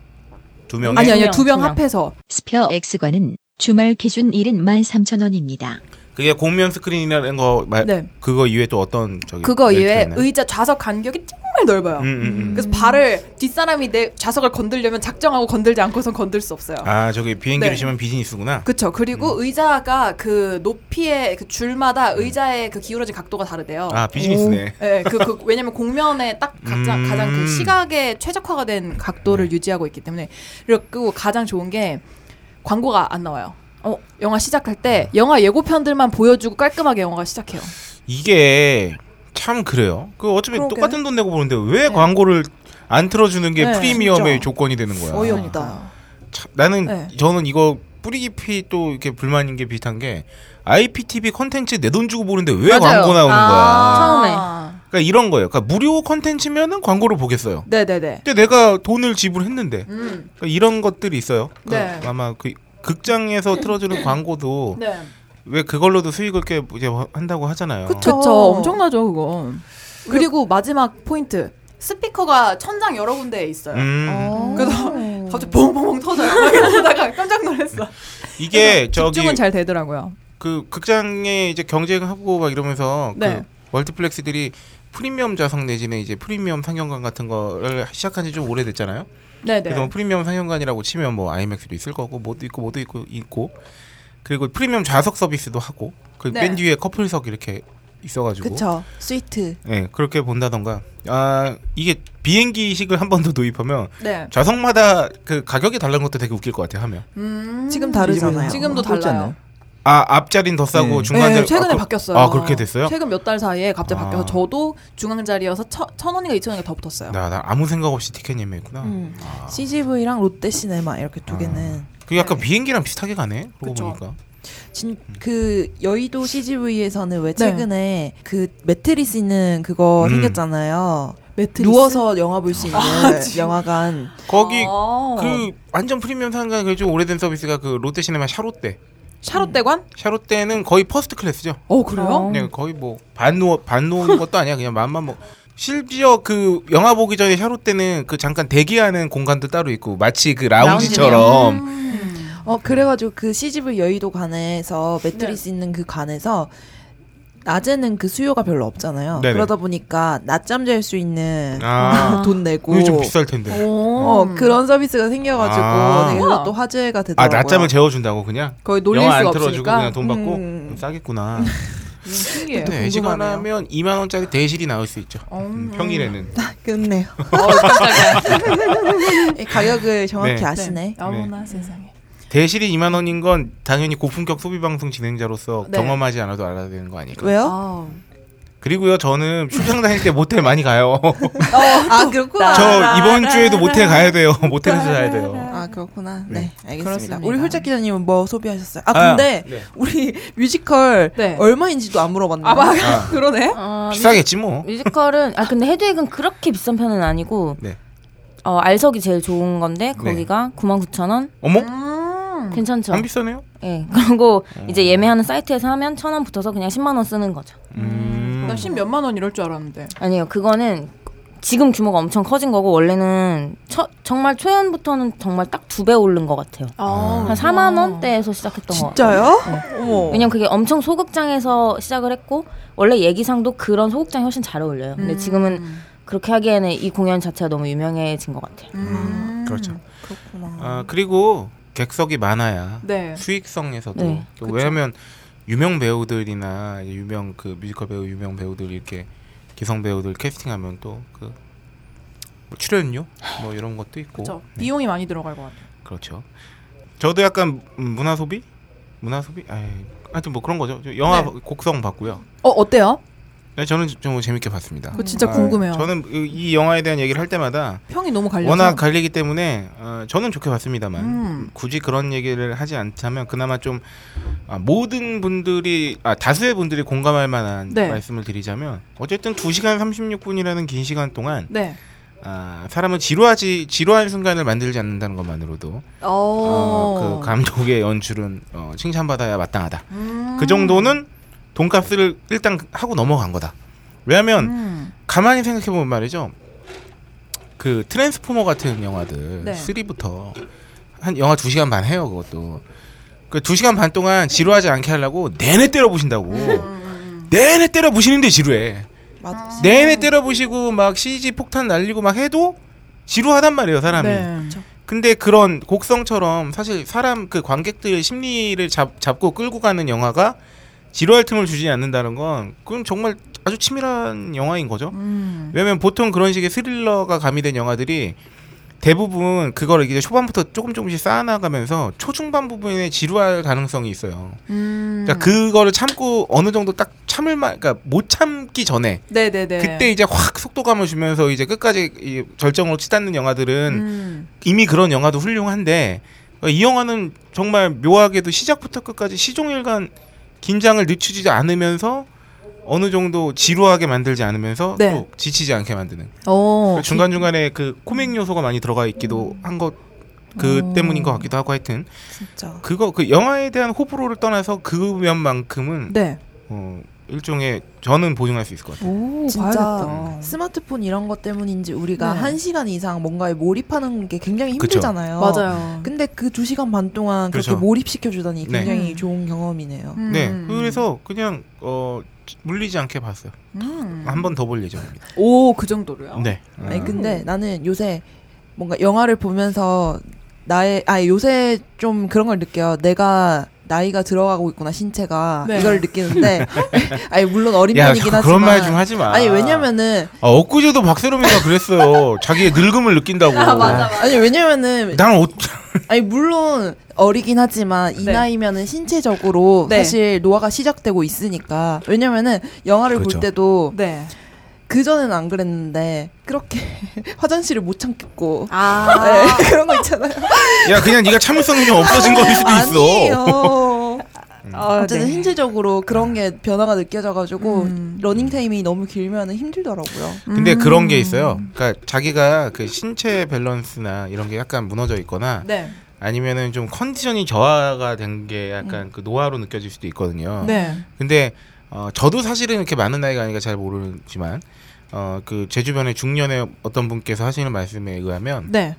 두 명에 음. 아니 아니 두 명, 두 명 두 명. 합해서 스페어 X관은 주말 기준 1인 13,000원입니다. 그게 공면 스크린이라는 거 말, 네. 그거 이외에 또 어떤 저기 그거 이외에 멘트가 있나요? 의자 좌석 간격이 정말 넓어요. 네, 음, 음, 음. 그래서 발을 뒷사람이 내 좌석을 건들려면 작정하고 건들지 않고선 건들 수 없어요. 아 음. 저기 비행기를 네. 시면 비즈니스구나 그렇죠. 그리고 의자가 그 높이의 그 줄마다 의자의 그 기울어진 각도가 다르대요. 음. 아 비즈니스네 예, 그, 그 왜냐면 공면에 딱 가장, 음. 네. 가장 그 시각에 최적화가 된 각도를 유지하고 있기 때문에 그리고 가장 좋은 게 광고가 안 나와요. 어. 영화 시작할 때 음. 영화 예고편들만 보여주고 깔끔하게 영화가 시작해요. 이게 참 그래요 그 어차피 그러게. 똑같은 돈 내고 보는데 왜 광고를 안 틀어주는 게 네, 프리미엄의 진짜. 조건이 되는 거야 아. 어이없다. 참, 나는 네. 저는 이거 뿌리 깊이 또 이렇게 불만인 게 비슷한 게 IPTV 컨텐츠 내 돈 주고 보는데 왜 맞아요. 광고 나오는 거야 처음에. 그러니까 이런 거예요 그러니까 무료 컨텐츠면은 광고를 보겠어요 네네네. 근데 내가 돈을 지불했는데 음. 그러니까 이런 것들이 있어요. 그러니까 네. 아마 그 극장에서 틀어주는 광고도 네. 왜 그걸로도 수익을 꽤 이제 한다고 하잖아요. 그쵸. 그쵸. 엄청나죠 그건. 그리고 마지막 포인트. 스피커가 천장 여러 군데에 있어요. 음. 그래서 갑자기 벙벙벙 터져요. 막 이러다가 깜짝 놀랐어. 이게 저기 집중은 잘 되더라고요. 그 극장에 이제 경쟁하고 막 이러면서 네. 그 멀티플렉스들이 프리미엄 좌석 내지는 이제 프리미엄 상영관 같은 거를 시작한 지 좀 오래됐잖아요. 네네. 그래서 뭐 프리미엄 상영관이라고 치면 뭐 아이맥스도 있을 거고 뭐도 있고 뭐도 있고 있고 그리고 프리미엄 좌석 서비스도 하고 그 네. 맨 뒤에 커플석 이렇게 있어가지고 그쵸. 스위트. 예 그렇게 본다던가 아 이게 비행기식을 한 번 더 도입하면 네. 좌석마다 그 가격이 다른 것도 되게 웃길 것 같아요 하면 음. 지금 다르잖아요. 지금도 똑같지 달라요. 않나요? 아 앞자리는 더 싸고 네. 중간 자리 네, 최근에 아, 그- 바뀌었어요. 아 그렇게 됐어요? 최근 몇 달 사이에 갑자기 아. 바뀌어서 저도 중앙 자리여서 천, 천 원인가 이천 원인가 더 붙었어요. 나, 나 아무 생각 없이 티켓 예매했구나. 음. 아. CGV랑 롯데시네마 이렇게 두 아. 개는 그 약간 비행기랑 비슷하게 가네. 그러고 그쵸. 보니까. 음. 진, 그 여의도 CGV에서는 왜 네. 최근에 그 매트리스 있는 그거 음. 생겼잖아요. 매트리스? 누워서 영화 볼 수 있는 영화관. 거기 아. 그 완전 프리미엄 상가 그좀 오래된 서비스가 그 롯데시네마 샤롯대. 샤롯대관? 샤롯대는 거의 퍼스트 클래스죠. 어 그래요? 그냥 거의 뭐 반 누워 반 누우는 것도 아니야. 그냥 맘만 먹. 심지어 그 영화 보기 전에 샤롯대는 그 잠깐 대기하는 공간도 따로 있고 마치 그 라운지처럼. 어 그래가지고 그 CGV 여의도 관에서 매트리스 있는 그 관에서 낮에는 그 수요가 별로 없잖아요. 네네. 그러다 보니까 낮잠 잘 수 있는 아. 돈 내고 이거 좀 비쌀 텐데. 오. 음. 어 그런 서비스가 생겨가지고 아. 되게 그래서 또 화제가 아 되더라고요. 낮잠을 재워준다고 그냥 거의 놀릴 영화 수가 안 틀어주고 없으니까. 그냥 돈 받고 음. 그럼 싸겠구나. 음, 신기해요. 네, 궁금하네요. 시간하면 2만 원짜리 대실이 나올 수 있죠. 음, 음. 평일에는. 끝내요. 어, 이 가격을 정확히 네. 아시네. 어머나 세상에. 대실이 2만 원인 건 당연히 고품격 소비 방송 진행자로서 네. 경험하지 않아도 알아야 되는 거 아닐까. 왜요? 아. 그리고요, 저는 출장 다닐 때 모텔 많이 가요. 어, 아 그렇구나. 저 이번 주에도 모텔 가야 돼요. 모텔에서 자야 돼요. 아 그렇구나. 네, 네. 알겠습니다. 그렇습니다. 우리 홀짝 기자님은 뭐 소비하셨어요? 아 아, 근데 네. 우리 뮤지컬 네. 얼마인지도 안 물어봤네요. 아, 막 아. 그러네. 아, 비싸겠지 뭐. 뮤지컬은 아 근데 헤드윅은 그렇게 비싼 편은 아니고 네. 어, 알석이 제일 좋은 건데 거기가 99,000원 어머? 음, 괜찮죠? 음. 안 비싸네요? 예. 그리고 이제 예매하는 사이트에서 하면 1,000원 붙어서 그냥 10만 원 쓰는 거죠. 음. 나십 몇만 원 이럴 줄 알았는데. 아니요. 그거는 지금 규모가 엄청 커진 거고 원래는 처, 정말 초연부터는 정말 딱 두 배 오른 것 같아요. 아, 한 4만 원대에서 시작했던 거 같아요. 어. 진짜요? 어머. 왜냐면 그게 엄청 소극장에서 시작을 했고 원래 얘기상도 그런 소극장이 훨씬 잘 어울려요. 음. 음. 근데 지금은 그렇게 하기에는 이 공연 자체가 너무 유명해진 것 같아요. 음. 그렇죠. 그렇구나. 아, 그리고 객석이 많아야 네. 수익성에서도 네, 또 왜냐면 유명 배우들이나 이제 유명 그 뮤지컬 배우 유명 배우들 이렇게 기성 배우들 캐스팅하면 또그 뭐 출연료 뭐 이런 것도 있고 그렇죠. 네, 비용이 많이 들어갈 것 같아요. 그렇죠. 저도 약간 음, 문화 소비 문화 소비 아이, 하여튼 뭐 그런 거죠. 저 영화 네. 곡성 봤고요. 어 어때요? 네, 저는 좀 재밌게 봤습니다. 그거 진짜 아, 궁금해요. 저는 이- 이 영화에 대한 얘기를 할 때마다 평이 너무 갈려서. 워낙 갈리기 때문에 어, 저는 좋게 봤습니다만 음. 굳이 그런 얘기를 하지 않자면 그나마 좀 아, 모든 분들이 아, 다수의 분들이 공감할 만한 네. 말씀을 드리자면 어쨌든 2시간 36분이라는 긴 시간 동안 네. 아, 사람은 지루하지 지루한 순간을 만들지 않는다는 것만으로도 어, 그 감독의 연출은 어, 칭찬받아야 마땅하다. 음. 그 정도는 돈값을 일단 하고 넘어간 거다. 왜냐하면 음. 가만히 생각해 보면 말이죠. 그 트랜스포머 같은 영화들 네. 3부터 한 영화 2시간 반 해요, 그것도. 그 2시간 반 동안 지루하지 않게 하려고 내내 때려 부신다고. 음, 내내 때려 부시는데 지루해. 맞아. 내내 때려 부시고 막 CG 폭탄 날리고 막 해도 지루하단 말이에요, 사람이. 네. 근데 그런 곡성처럼 사실 사람 그 관객들의 심리를 잡, 잡고 끌고 가는 영화가 지루할 틈을 주지 않는다는 건 그건 정말 아주 치밀한 영화인 거죠. 음. 왜냐면 보통 그런 식의 스릴러가 가미된 영화들이 대부분 그걸 이제 초반부터 조금 조금씩 쌓아나가면서 초중반 부분에 지루할 가능성이 있어요. 음. 그러니까 그거를 참고 어느 정도 딱 참을 만, 그러니까 못 참기 전에 네네네. 그때 이제 확 속도감을 주면서 이제 끝까지 이 절정으로 치닫는 영화들은 음. 이미 그런 영화도 훌륭한데 그러니까 이 영화는 정말 묘하게도 시작부터 끝까지 시종일관 긴장을 늦추지 않으면서 어느 정도 지루하게 만들지 않으면서 네. 또 지치지 않게 만드는 어. 그 중간 중간에 그 코믹 요소가 많이 들어가 있기도 한 것 그 오. 때문인 것 같기도 하고 하여튼 음. 진짜. 그거 그 영화에 대한 호불호를 떠나서 그 면만큼은 네. 어, 일종의 저는 보증할 수 있을 것 같아요. 오, 진짜 봐야겠다. 스마트폰 이런 것 때문인지 우리가 네. 한 시간 이상 뭔가에 몰입하는 게 굉장히 그쵸. 힘들잖아요. 네. 맞아요. 근데 그 두 시간 반 동안 그렇게 그렇죠. 몰입시켜 주다니 네. 굉장히 음. 좋은 경험이네요. 음. 네, 그래서 그냥 어, 물리지 않게 봤어요. 음. 한 번 더 볼 예정입니다. 오, 그 정도로요? 네. 아니 어, 근데 나는 요새 뭔가 영화를 보면서 나의 아 요새 좀 그런 걸 느껴요. 내가 나이가 들어가고 있구나 신체가 네. 이걸 느끼는데 아니 물론 어린 야, 편이긴 자꾸 그런 하지만 말 좀 하지 마. 아니 왜냐면은 아, 엊그제도 박세롬이가 그랬어요. 자기의 늙음을 느낀다고. 아, 맞아. 아니 왜냐면은 난 어, 아니 물론 어리긴 하지만 이 네. 나이면은 신체적으로 네. 사실 노화가 시작되고 있으니까 왜냐면은 영화를 그렇죠. 볼 때도 네. 그 전에는 안 그랬는데 그렇게 화장실을 못 참겠고 아. 네, 그런 거 있잖아요. 야 그냥 네가 참을성이 좀 없어진 거일 수도 있어. 음. 아니에요. 아, 어쨌든 네. 신체적으로 그런 게 변화가 느껴져가지고 음. 러닝 타임이 너무 길면 힘들더라고요. 근데 음. 그런 게 있어요. 그러니까 자기가 그 신체 밸런스나 이런 게 약간 무너져 있거나 네. 아니면은 좀 컨디션이 저하가 된 게 약간 그 노화로 느껴질 수도 있거든요. 음. 네. 근데 어, 저도 사실은 이렇게 많은 나이가 아니니까 잘 모르지만 어, 그 제 주변에 중년의 어떤 분께서 하시는 말씀에 의하면 네.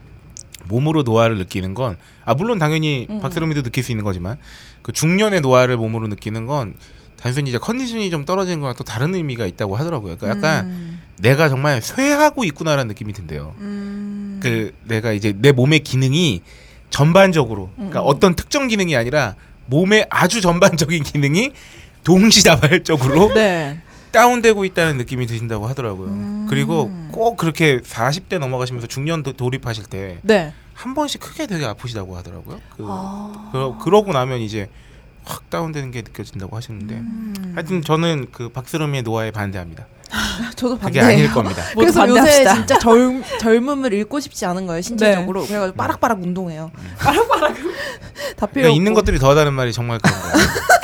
몸으로 노화를 느끼는 건 아 물론 당연히 음. 박세롬이도 느낄 수 있는 거지만 그 중년의 노화를 몸으로 느끼는 건 단순히 이제 컨디션이 좀 떨어지는 거랑 또 다른 의미가 있다고 하더라고요. 그러니까 약간 음. 내가 정말 쇠하고 있구나라는 느낌이 든대요. 음. 그 내가 이제 내 몸의 기능이 전반적으로 음. 그러니까 어떤 특정 기능이 아니라 몸의 아주 전반적인 기능이 동시다발적으로 네. 다운되고 있다는 느낌이 드신다고 하더라고요. 음. 그리고 꼭 그렇게 40대 넘어가시면서 중년 도, 돌입하실 때 한 네. 번씩 크게 되게 아프시다고 하더라고요. 그, 그러, 그러고 나면 이제 확 다운되는 게 느껴진다고 하시는데 음. 하여튼 저는 그 박스럼의 노화에 반대합니다. 저도 그게 반대예요. 아닐 겁니다. 모두 그래서 요새 뭐 반대합시다. 진짜 젊, 젊음을 잃고 싶지 않은 거예요 네. 신체적으로. 그래가지고 빠락빠락 운동해요. 빠락빠락. 다 음. 필요 그러니까 없고. 있는 것들이 더하다는 말이 정말 그런 거예요.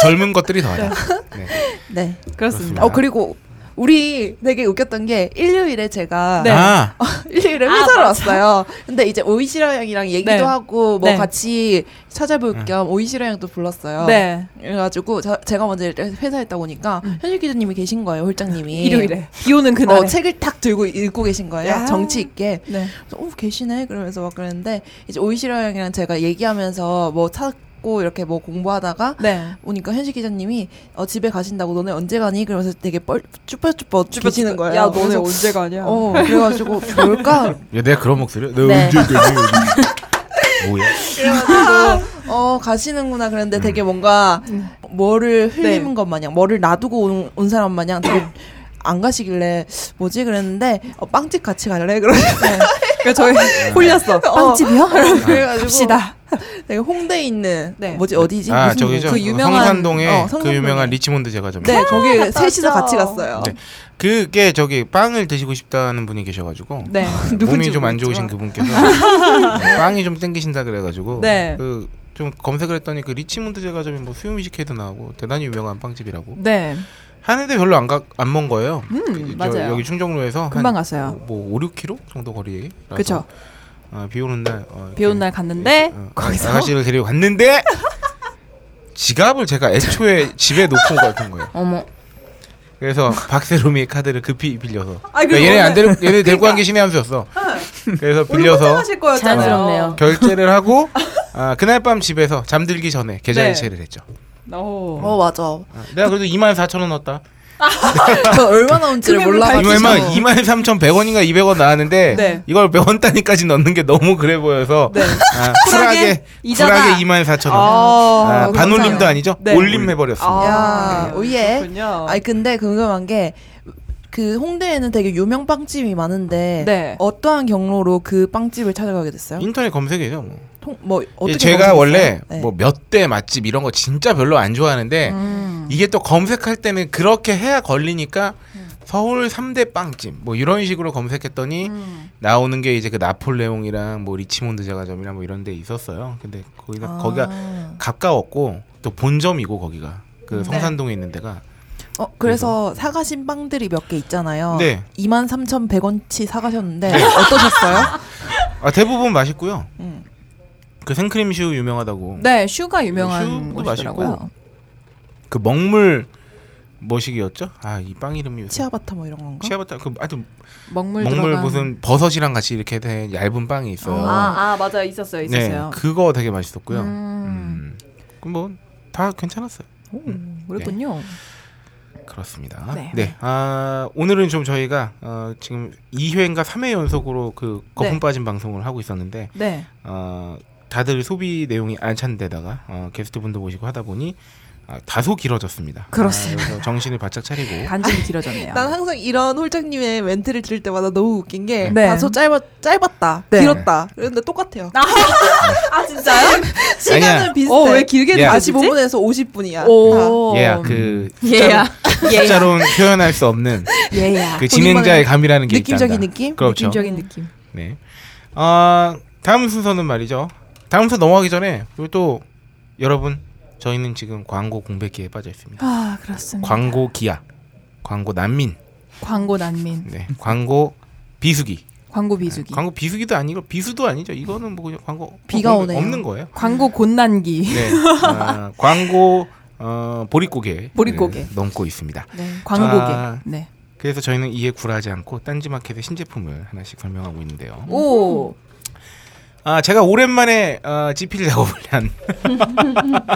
젊은 것들이 더하다. 네. 네. 아. 그렇습니다. 어 그리고 우리 되게 웃겼던 게 일요일에 제가 네. 아, 일요일에 회사로 왔어요. 근데 이제 오이시라 형이랑 얘기도 네. 하고 뭐 네. 같이 같이 음. 찾아볼 겸 오이시라 형도 불렀어요. 네. 그래가지고 자- 제가 먼저 회사에 있다 보니까 현실 기자님이 계신 거예요, 홀장님이. 음. 일요일에 네. 비 오는 그날에 어, 책을 탁 들고 읽고 계신 거예요, 야. 정치 있게. 네. 그래서, 어, 계시네? 그러면서 막 그랬는데, 이제 오이시라 형이랑 제가 얘기하면서 뭐 찾고 이렇게 뭐 공부하다가 네. 오니까 현실 기자님이 어, 집에 가신다고 너네 언제 가니? 그러면서 되게 뻘, 쭈뼛쭈뼛 계시는 거예요. 야, 너네 그래서 언제 가냐? 어, 그래가지고 뭘까? 야, 내가 그런 목소리야? 내가 네. 언제까지 아, 뭐야? 그래가지고 어 가시는구나 음. 그랬는데 되게 뭔가 뭐를 흘리는 네. 것 마냥 뭐를 놔두고 온, 온 사람 마냥 되게 안 가시길래 뭐지 그랬는데 어, 빵집 같이 갈래 그러고 그러니까 저희 홀렸어. 빵집이요? 그래가지고 갑시다. 되게 홍대에 있는 네. 뭐지 어디지 아, 무슨 저기죠. 그 유명한- 성산동에 어, 그 성산동에. 유명한 리치몬드 제과점. 네 거기 셋이서 맞아. 같이 갔어요 네. 그게 저기 빵을 드시고 싶다는 분이 계셔가지고 네. 몸이 좀 안 좋으신 그분께서 네, 빵이 좀 땡기신다 그래가지고 네. 그 좀 검색을 했더니 그 리치몬드 제과점이 뭐 수요미식회도 나오고 대단히 유명한 빵집이라고 네. 하는데 별로 안안먼 거예요. 음, 그, 저 맞아요. 여기 충정로에서 금방 한 갔어요. 뭐 5, 6km 정도 거리에. 그쵸. 어, 비 오는 날. 어, 비 오는 이렇게 날 갔는데 어, 거기서 아가씨를 데리고 갔는데 지갑을 제가 애초에 집에 놓고 갔던 거예요. 어머. 그래서 박세롬이 카드를 급히 빌려서. 아, 그러니까. 그리고 그러니까 얘네 안 오늘- 데리고 얘네 데리고 간 게 신의 한 수였어. 그래서 빌려서 하실 거였잖아요. 자연스럽네요. 결제를 하고 아, 그날 밤 집에서 잠들기 전에 계좌 네. 이체를 했죠. 어. 어 맞아 아, 내가 그래도 2만 4천 원 넣었다. 저 얼마 나온지를 금액을 몰라 2만 2만 3천 100원인가 200원 나왔는데 네. 이걸 100원 단위까지 넣는 게 너무 그래 보여서 네. 아, 쿨하게 쿨하게 이자다. 쿨하게 2만 4천 원. 아, 아, 반올림도 그렇잖아요. 아니죠? 네. 올림 해버렸습니다. 야, 네, 오예. 그렇군요. 아니 근데 궁금한 게 그 홍대에는 되게 유명 빵집이 많은데 네. 어떠한 경로로 그 빵집을 찾아가게 됐어요? 인터넷 검색이죠. 뭐. 통, 뭐 예, 어떻게 제가 검색했어요? 원래 네. 음. 뭐 몇 대 맛집 이런 거 진짜 별로 안 좋아하는데 음. 이게 또 검색할 때는 그렇게 해야 걸리니까 음. 서울 3대 빵집 뭐 이런 식으로 검색했더니 음. 나오는 게 이제 그 나폴레옹이랑 뭐 리치몬드 제과점이랑 뭐 이런 데 있었어요. 근데 거기가 아. 거기가 가까웠고 또 본점이고 거기가 네. 그 성산동에 있는 데가 어, 그래서 사가신 빵들이 몇 개 있잖아요. 네. 23,100원치 사가셨는데 어떠셨어요? 아, 대부분 맛있고요. 음. 그 생크림 슈 유명하다고. 네, 슈가 유명한 슈도 곳이더라고요. 맛있고. 그 먹물 뭐시기였죠? 아 이 빵 이름이 치아바타 뭐 이런 건가? 치아바타 그 하여튼 먹물, 먹물 들어간 무슨 버섯이랑 같이 이렇게 된 얇은 빵이 있어요. 네. 아, 아 맞아요 있었어요 있었어요. 그거 되게 맛있었고요. 음. 음, 그럼 뭐다 괜찮았어요. 오, 그랬군요. 그렇습니다. 네. 네. 아, 오늘은 좀 저희가 어, 지금 2회인가 3회 연속으로 그 거품 네. 빠진 방송을 하고 있었는데 네, 어, 다들 소비 내용이 안찬 데다가 어, 게스트분도 모시고 하다 보니 아, 다소 길어졌습니다. 그렇습니다. 아, 그래서 정신을 바짝 차리고 간증이 길어졌네요. 난 항상 이런 홀장님의 멘트를 들을 때마다 너무 웃긴 게 네. 다소 짧아, 짧았다, 네. 길었다. 그런데 똑같아요. 아 진짜요? 시간은 아니야. 비슷해. 어, 왜 길게 야. 45분에서 50분이야. 오, 예야 그 예야. 숫자로는 표현할 수 없는 예야. 그 진행자의 감이라는 게 느낌적인 있단다. 느낌? 그렇죠. 느낌적인 느낌. 네. 아 다음 순서는 말이죠. 다음 순서 넘어가기 전에 그리고 또 여러분 저희는 지금 광고 공백기에 빠져 있습니다. 아 그렇습니다. 광고 기아, 광고 난민, 광고 난민, 네, 광고 비수기. 광고 비수기, 광고 비수기도 아니고 비수도 아니죠. 이거는 뭐 그냥 광고 비가 없는- 오네요. 없는 거예요. 광고 곤난기, 네, 아, 광고 어, 보릿고개 보릿고개. 네, 넘고 있습니다. 네, 광고계. 아. 네. 그래서 저희는 이에 굴하지 않고 딴지마켓의 신제품을 하나씩 설명하고 있는데요. 오, 아 제가 오랜만에 어, GP를 작업을 한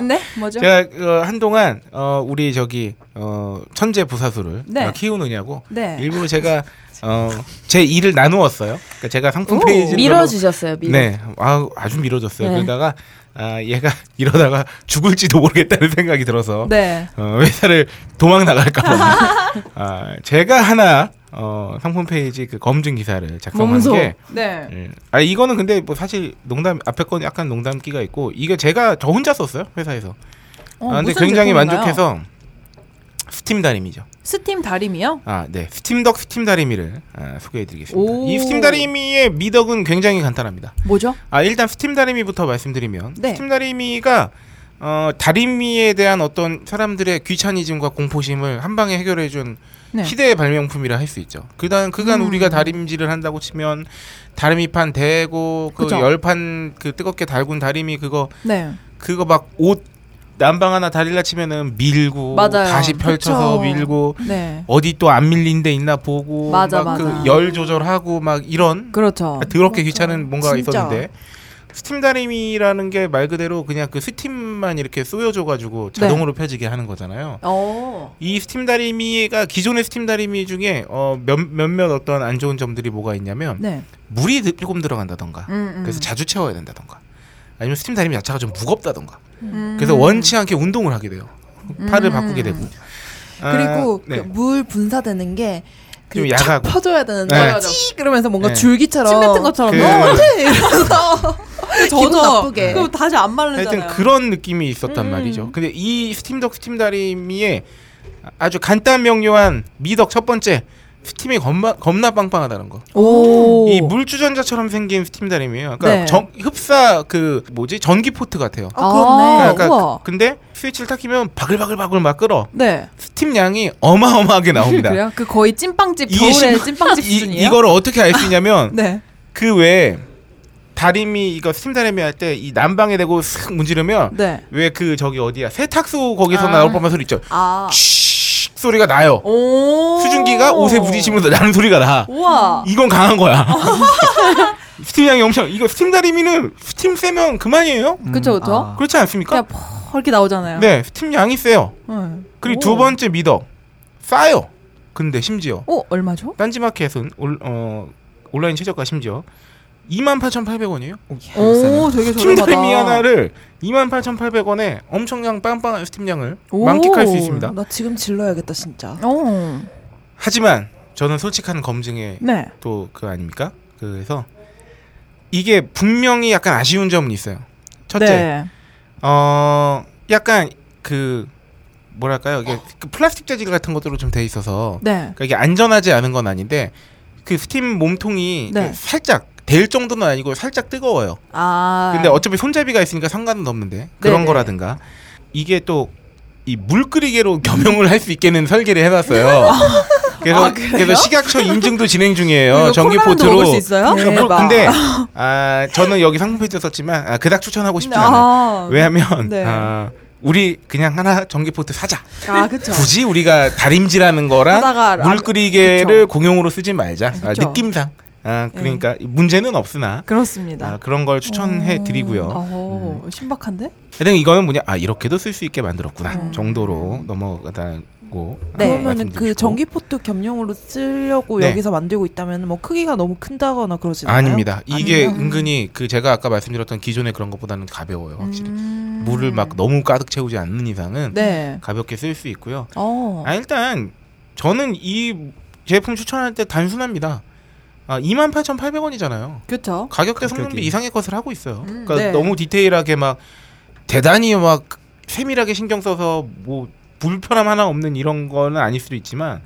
네, 뭐죠? 제가 어, 한동안 어, 우리 저기 어, 천재 부사수를 네. 어, 키우느냐고 네. 일부러 제가 어, 제 일을 나누었어요. 그러니까 제가 상품 오, 페이지를 밀어주셨어요. 밀어. 네, 아, 아주 밀어줬어요. 네. 그러다가 아, 얘가 이러다가 죽을지도 모르겠다는 생각이 들어서 네. 어, 회사를 도망 나갈까봐 아, 제가 하나 어, 상품 페이지 그 검증 기사를 작성한 몸소. 게 네. 예. 아 이거는 근데 뭐 사실 농담 앞에 건 약간 농담기가 있고 이게 제가 저 혼자 썼어요 회사에서. 어, 아, 근데 무슨 굉장히 제품인가요? 만족해서 스팀 다리미죠. 스팀 다림이요? 아, 네. 스팀덕 스팀 다리미를 아, 소개해드리겠습니다. 오. 이 스팀 다리미의 미덕은 굉장히 간단합니다. 뭐죠? 아, 일단 스팀 다리미부터 말씀드리면 네. 스팀 다리미가 어, 다리미에 대한 어떤 사람들의 귀차니즘과 공포심을 한 방에 해결해준 네. 시대의 발명품이라 할 수 있죠. 그단 그간 음. 우리가 다림질을 한다고 치면 다리미판 대고 그 그죠. 열판 그 뜨겁게 달군 다리미 그거 네. 그거 막 옷 난방 하나 다릴라 치면은 밀고 맞아요. 다시 펼쳐서 그쵸. 밀고 네. 어디 또 안 밀린 데 있나 보고 맞아, 막 맞아. 그 열 조절하고 막 이런 그렇죠. 아, 더럽게 귀찮은 뭔가가 진짜. 있었는데 스팀 다리미라는 게 말 그대로 그냥 그 스팀만 이렇게 쏘여줘 가지고 네. 자동으로 펴지게 하는 거잖아요. 어. 이 스팀 다리미가 기존의 스팀 다리미 중에 어, 몇, 몇몇 어떤 안 좋은 점들이 뭐가 있냐면 네. 물이 드- 조금 들어간다던가 음, 음. 그래서 자주 채워야 된다던가 아니면 스팀 다리미 자체가 좀 무겁다던가 음. 그래서 원치 않게 운동을 하게 돼요 팔을 음. 바꾸게 되고 아, 그리고 네. 그물 분사되는 게 좀 그 야가고. 퍼줘야 되는데 네. 찍 그러면서 뭔가 네. 줄기처럼 침 뱉은 것처럼. 그- 어, 이러면서 기분 나쁘게. 그럼 다시 안 하여튼 마르잖아요. 음. 그런 느낌이 있었단 말이죠 근데 이 스팀덕 스팀 다리미의 아주 간단 명료한 미덕 첫 번째 스팀이 겁나, 겁나 빵빵하다는 거 오. 이 물주전자처럼 생긴 스팀 다림이에요. 그러니까 네. 정- 흡사 그 뭐지 전기 포트 같아요. 아, 그렇네. 아, 그러니까 우와. 그- 근데 스위치를 탁 키면 바글바글바글 막 끓어. 네. 스팀 양이 어마어마하게 나옵니다. 그래요? 그 거의 찐빵집 이게 겨울에 심- 찐빵집 이, 수준이에요. 이거를 어떻게 알 수 있냐면 네. 그 외에 다림이 이거 스팀 다림이 할 때 이 난방에 대고 슥 문지르면 네. 왜 그 저기 어디야 세탁소 거기서 아. 나올 법한 소리 있죠. 아. 쉿 소리가 나요. 오. 수증기가 옷에 부딪히면서 나는 소리가 나. 우와. 이건 강한 거야. 스팀 양이 엄청 이거 스팀 다리미는 스팀 세면 그만이에요. 그쵸, 그쵸. 아. 그렇지 않습니까? 그냥 펄게 나오잖아요. 어, 네, 스팀 양이 세요. 응. 그리고 오. 두 번째 미덕 싸요. 근데 심지어 어, 얼마죠? 딴지마켓은 올, 어, 온라인 최저가 심지어 28,800원이에요. 예, 오, 아, 되게 스팀 저렴하다. 다리미 하나를 28,800원에 엄청난 빵빵한 스팀 양을 오. 만끽할 수 있습니다. 나 지금 질러야겠다 진짜. 어. 하지만 저는 솔직한 검증에 네. 또 그 아닙니까? 그래서 이게 분명히 약간 아쉬운 점은 있어요. 첫째, 네. 어 약간 그 뭐랄까요? 이게 그 플라스틱 재질 같은 것들로 좀 돼 있어서 네. 그러니까 이게 안전하지 않은 건 아닌데 그 스팀 몸통이 네. 그 살짝 될 정도는 아니고 살짝 뜨거워요. 아. 근데 어차피 손잡이가 있으니까 상관은 없는데 그런 네네. 거라든가 이게 또 이 물끓이개로 겸용을 할 수 있게는 설계를 해놨어요. 그래서 아, 그래요? 그래서 식약처 인증도 진행 중이에요. 이거 콜라로도 먹을 전기포트로. 수 있어요? 그, 대박. 근데 아, 저는 여기 상품 페이지에 썼지만 아, 그닥 추천하고 싶지 않아요. 아, 왜냐하면 네. 아, 우리 그냥 하나 전기포트 사자. 아 그쵸. 굳이 우리가 다림질하는 거랑 하다가 라- 물 끓이개를 공용으로 쓰지 말자. 아, 그쵸. 네. 느낌상. 아, 그러니까 문제는 없으나 그렇습니다. 음. 아, 그런 걸 추천해 음. 드리고요. 음. 어, 신박한데? 하여튼 이거는 뭐냐? 아 이렇게도 쓸 수 있게 만들었구나 정도로 넘어가다고. 아, 네. 네. 그러면은 그 말씀드리고. 전기포트 겸용으로 쓰려고 네. 여기서 만들고 있다면 뭐 크기가 너무 큰다거나 그러진 않아요? 아닙니다. 이게 아니에요? 은근히 그 제가 아까 말씀드렸던 기존의 그런 것보다는 가벼워요, 확실히. 음. 물을 막 너무 가득 채우지 않는 이상은 음. 네. 가볍게 쓸 수 있고요. 어. 아 일단 저는 이 제품 추천할 때 단순합니다. 아 28,800원이잖아요. 그렇죠. 가격대 성능비 가격이. 이상의 것을 하고 있어요. 음, 그러니까 네. 너무 디테일하게 막 대단히 막 세밀하게 신경 써서 뭐 불편함 하나 없는 이런 거는 아닐 수도 있지만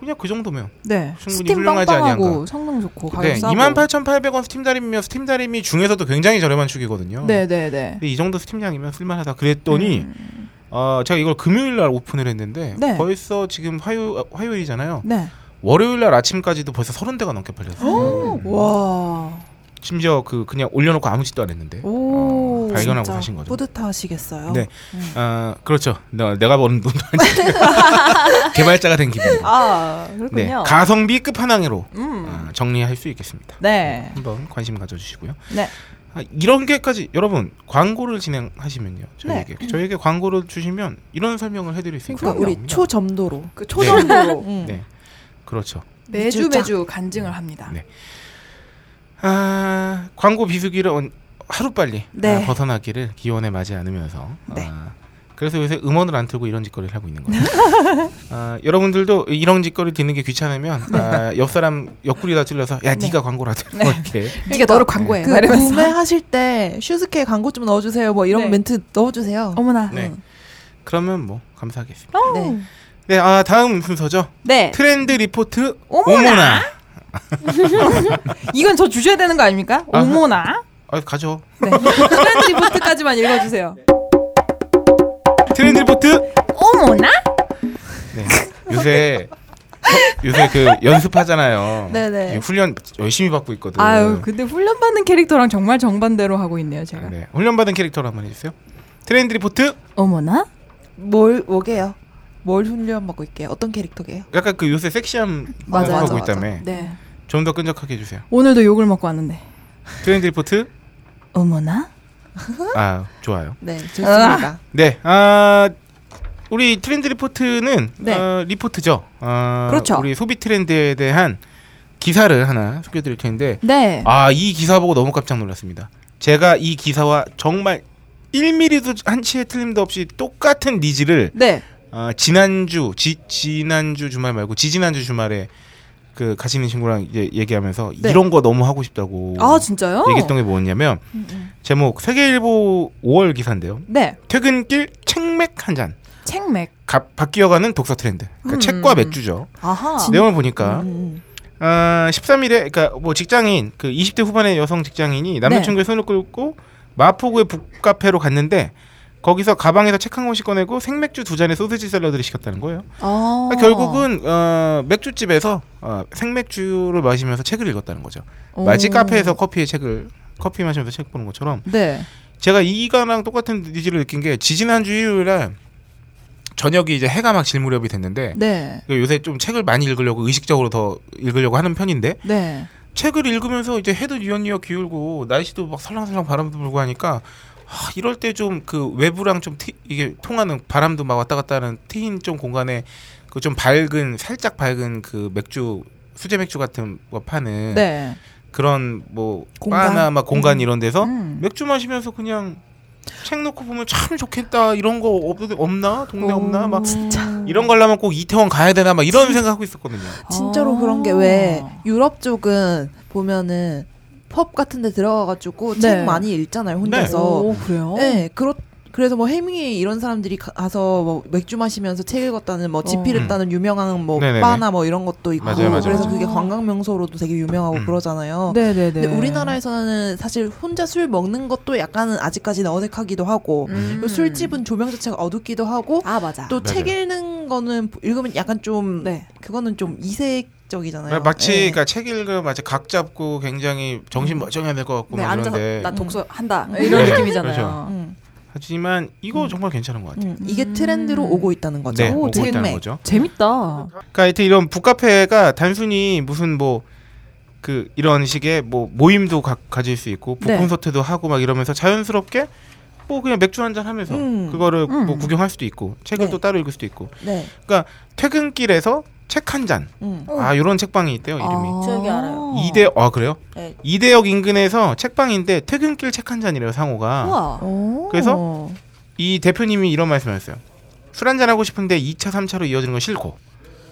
그냥 그 정도면 네. 충분히 스팀 훌륭하지 아니한가. 빵빵하고 성능 좋고 가격 네, 싸고. 28,800원 스팀 다림이며 스팀 다림이 중에서도 굉장히 저렴한 축이거든요. 네, 네, 네. 근데 이 정도 스팀량이면 쓸만하다 그랬더니 어, 제가 이걸 금요일 날 오픈을 했는데 음. 네. 벌써 지금 화요 아, 화요일이잖아요. 네. 월요일 날 아침까지도 벌써 30대가 넘게 팔렸어요. 음. 와. 심지어 그 그냥 올려놓고 아무 짓도 안 했는데. 오. 어, 발견하고 진짜 사신 거죠. 뿌듯하시겠어요. 네. 아 그렇죠. 나, 내가 버는 돈도 아니고 개발자가 된 기분. 아, 네, 그렇군요. 가성비 끝판왕으로 음. 아, 정리할 수 있겠습니다. 네. 한번 관심 가져주시고요. 네. 아, 이런 게까지 여러분 광고를 진행하시면요. 저희에게 저희에게 광고를 주시면 이런 설명을 해드릴 수 있고요. 네. 그러니까 우리 초점도로. 그 초정도로 음. 네. 그렇죠. 매주 진짜. 매주 간증을 합니다. 네. 아, 광고 비수기를 하루 빨리 아, 네. 벗어나기를 기원에 맞지 않으면서. 네. 아, 그래서 요새 음원을 안 틀고 이런 짓거리를 하고 있는 거예요. 아, 여러분들도 이런 짓거리 듣는 게 귀찮으면 아, 옆 사람 옆구리다 찔러서 야 네. 네가 광고라도 해. 네. 이렇게 이게 너를 광고해. 그 막 이러면서. 구매하실 때 슈즈케 광고 좀 넣어주세요. 뭐 이런 네. 멘트 넣어주세요. 어머나. 네. 음. 그러면 뭐 감사하겠습니다. 네. 네, 아 다음 순서죠. 어. 네. 트렌드 리포트 어머나! 오모나. 이건 저 주셔야 되는 거 아닙니까? 아. 오모나. 아, 가죠. 네. 트렌드 리포트까지만 읽어주세요. 네. 트렌드 리포트 오모나. 네. 요새 어, 요새 그 연습하잖아요. 네네. 그 예, 훈련 열심히 받고 있거든. 아유, 근데 훈련받는 캐릭터랑 정말 정반대로 하고 있네요, 제가. 네. 훈련 받은 캐릭터로 한번 해주세요. 트렌드 리포트 어머나. 뭘 뭐게요? 뭘 훈련 받고 있게요? 어떤 캐릭터게요? 약간 그 요새 섹시함 맞아, 하고 맞아, 있다며. 네. 좀 더 끈적하게 해주세요. 오늘도 욕을 먹고 왔는데. 트렌드 리포트 어머나. 아 좋아요. 네, 좋습니다. 네. 아 우리 트렌드 리포트는 네. 어, 리포트죠. 어, 그렇죠. 우리 소비 트렌드에 대한 기사를 하나 소개드릴 텐데 네. 아 이 기사 보고 너무 깜짝 놀랐습니다. 제가 이 기사와 정말 1mm도 한 치의 틀림도 없이 똑같은 니즈를 네. 아, 지난주 지, 지난주 주말 말고 지지난주 주말에 그 가시는 친구랑 이제 얘기하면서 네. 이런 거 너무 하고 싶다고 아, 진짜요? 음, 얘기했던 게 뭐였냐면 제목 세계일보 5월 기사인데요. 네. 퇴근길 책맥 한 잔. 책맥. 가- 바뀌어가는 독서 트렌드. 그러니까 음. 책과 맥주죠. 아하. 내용을 보니까 어. 음, 아, 13일에 그러니까 뭐 직장인 그 20대 후반의 여성 직장인이 네. 남자친구의 손을 끌고 마포구의 북카페로 갔는데 거기서 가방에서 책 한 권씩 꺼내고 생맥주 두 잔에 소시지 샐러드를 시켰다는 거예요. 아. 그러니까 결국은 어, 맥주집에서 어, 생맥주를 마시면서 책을 읽었다는 거죠. 오. 마치 카페에서 커피에 책을 커피 마시면서 책 보는 것처럼 네. 제가 이가랑 똑같은 니즈를 느낀 게 지지난주 일요일에 저녁이 이제 해가 막 질무렵이 됐는데 네. 그러니까 요새 좀 책을 많이 읽으려고 의식적으로 더 읽으려고 하는 편인데 네. 책을 읽으면서 이제 해도 유연유연 기울고 날씨도 막 설랑설랑 바람도 불고 하니까 아, 이럴 때 좀 그 외부랑 좀 튀, 이게 통하는 바람도 막 왔다 갔다 하는 트인 좀 공간에 그 좀 밝은 살짝 밝은 그 맥주 수제 맥주 같은 거 파는 네. 그런 뭐 공간? 바나 막 공간 음. 이런 데서 네, 음. 맥주 마시면서 그냥 책 놓고 보면 참 좋겠다 이런 거 없, 없나 동네 없나 아, 음. 막 진짜. 이런 걸 하면 꼭 이태원 가야 되나 막 이런 생각하고 있었거든요. 진짜로 그런 게 아. 왜 유럽 쪽은 보면은 펍 같은 데 들어가가지고 네. 책 많이 읽잖아요 혼자서. 오, 그래요? 네, 그렇. 그래서 뭐 해밍웨이 이런 사람들이 가- 가서 뭐 맥주 마시면서 책 읽었다는 뭐 어. 집필했다는 유명한 뭐 음. 네네네. 바나 뭐 이런 것도 있고 맞아요, 맞아요, 그래서 맞아요. 그게 관광 명소로도 되게 유명하고 음. 그러잖아요. 네, 네, 네. 근데 우리나라에서는 사실 혼자 술 먹는 것도 약간은 아직까지는 어색하기도 하고 음. 그리고 술집은 조명 자체가 어둡기도 하고 아, 맞아. 또 맞아요. 책 읽는 거는 읽으면 약간 좀 네. 그거는 좀 이색적이잖아요. 마치 예. 그러니까 책 읽으면 마치 각 잡고 굉장히 정신 멀쩡해야 될 것 같고 네, 막 앉아서 이런데 나 독서 한다 음. 이런 네, 느낌이잖아요. 그렇죠. 음, 하지만 이거 정말 괜찮은 것 같아요. 음. 이게 음. 트렌드로 오고 있다는 거죠. 네, 오고 트렌드. 있다는 거죠. 재밌다. 그러니까 하여튼 이런 북카페가 단순히 무슨 뭐 그 이런 식의 뭐 모임도 가, 가질 수 있고 북 네. 콘서트도 하고 막 이러면서 자연스럽게 뭐 그냥 맥주 한 잔 하면서 음. 그거를 뭐 음. 구경할 수도 있고 책을 네. 또 따로 읽을 수도 있고 네. 퇴근길에서 책 한 잔. 음. 아, 요런 책방이 있대요, 이름이. 아. 저기 알아요. 이대아 그래요? 네. 이대역 인근에서 책방인데 퇴근길 책 한 잔이래요, 상호가. 우와. 그래서? 이 대표님이 이런 말씀하셨어요. 술 한잔 하고 싶은데 2차, 3차로 이어지는 건 싫고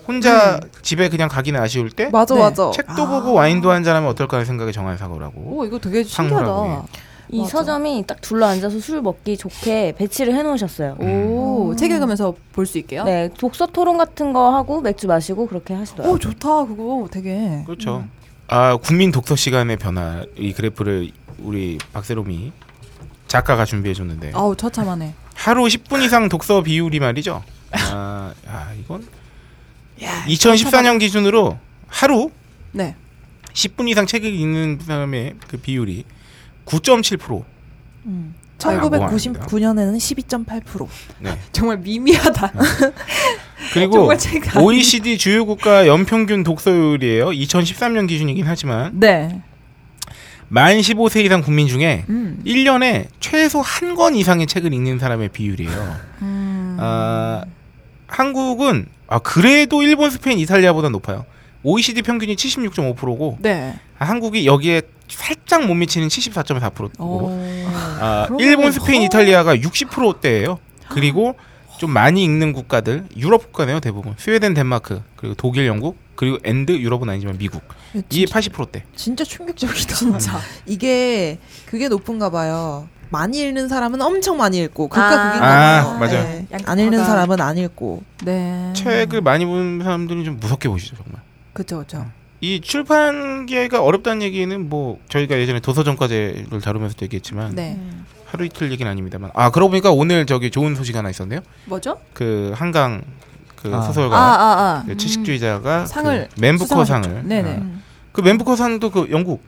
혼자 집에 그냥 가기는 아쉬울 때 맞아 네. 맞아. 책도 음. 아. 보고 와인도 한잔 하면 어떨까 하는 생각에 정한 사고라고. 오 이거 되게 신기하다. 상무라고, 이 맞아. 서점이 딱 둘러 앉아서 술 먹기 좋게 배치를 해놓으셨어요. 오 음. 책 읽으면서 볼 수 있게요. 네, 독서 토론 같은 거 하고 맥주 마시고 그렇게 하시더라고요. 어, 오 좋다 아, 그거 되게. 그렇죠. 아 국민 독서 시간의 변화 이 그래프를 우리 박세롬이 작가가 준비해 줬는데 아우 처참하네. 하루 10분 이상 독서 비율이 말이죠. 아, 아, 이건 2014년 기준으로 하루 네. 10분 이상 책을 읽는 사람의 그 비율이 9.7%. 음. 아이고, 뭐 아닙니다. 1999년에는 12.8%. 네. 정말 미미하다. 그리고 정말 책 안- OECD 주요 국가 연평균 독서율이에요. 2013년 기준이긴 하지만 네. 만 15세 이상 국민 중에 음. 1년에 최소 한 권 이상의 책을 읽는 사람의 비율이에요. 음. 아, 한국은 아, 그래도 일본, 스페인, 이탈리아보다 높아요. OECD 평균이 76.5%고 아, 네. 한국이 여기에 살짝 못 미치는 74.4%고 어. 아, 그러면 일본, 커. 스페인, 이탈리아가 60%대예요. 그리고 좀 많이 읽는 국가들 유럽 국가네요 대부분 스웨덴, 덴마크 그리고 독일, 영국 그리고 엔드 유럽은 아니지만 미국 네, 이게 80%대. 음. 진짜 충격적이다. 진짜. 이게 그게 높은가 봐요. 많이 읽는 사람은 엄청 많이 읽고 그까 아. 그긴가 아, 봐요. 맞아요. 네. 양극화가. 안 읽는 사람은 안 읽고. 네. 책을 많이 보는 사람들이 좀 무섭게 보시죠 정말. 그렇죠 그렇죠. 이 출판계가 어렵다는 얘기는 뭐 저희가 예전에 도서정과제를 다루면서도 얘기했지만 네. 하루 이틀 얘기는 아닙니다만 아 그러고 보니까 오늘 저기 좋은 소식 하나 있었네요. 뭐죠? 그 한강 그 아. 소설가 아아 아. 그 채식주의자가 상을 그 맨부커 수상하셨죠. 상을 네네. 아, 아. 그 맨부커 상도 그 영국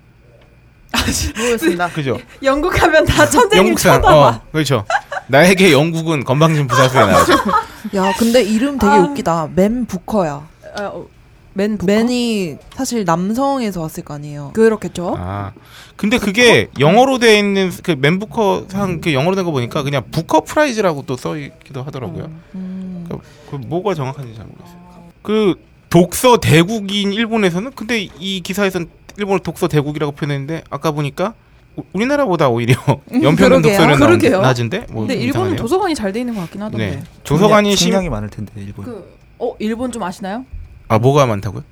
모르겠습니다. 그죠? 영국 하면 다 천재님 영국산 쳐다봐. 어 그렇죠. 나에게 영국은 건방진 부사수에 나오죠. 야, 근데 이름 되게 아. 웃기다. 맨 부커야. 아, 어, 맨 북한? 맨이 사실 남성에서 왔을 거 아니에요. 그렇겠죠. 아 근데 그게 영어로 돼 있는 그 맨부커 상그 영어로 된 거 보니까 그냥 부커 프라이즈라고 또 써 있기도 하더라고요. 음. 그, 그 뭐가 정확한지 잘 모르겠어요. 그 독서 대국인 일본에서는 근데 이 기사에선 일본을 독서 대국이라고 표현했는데 아까 보니까 우- 우리나라보다 오히려 연평균 그러게요. 독서율은 나온- 음, 그러게요. 낮은데 뭐 근데 좀 일본은 이상하네요. 도서관이 잘 돼 있는 것 같긴 하던데. 네. 도서관이 심... 심량이 많을 텐데 일본. 그, 어 일본 좀 아시나요? 아 뭐가 많다고요?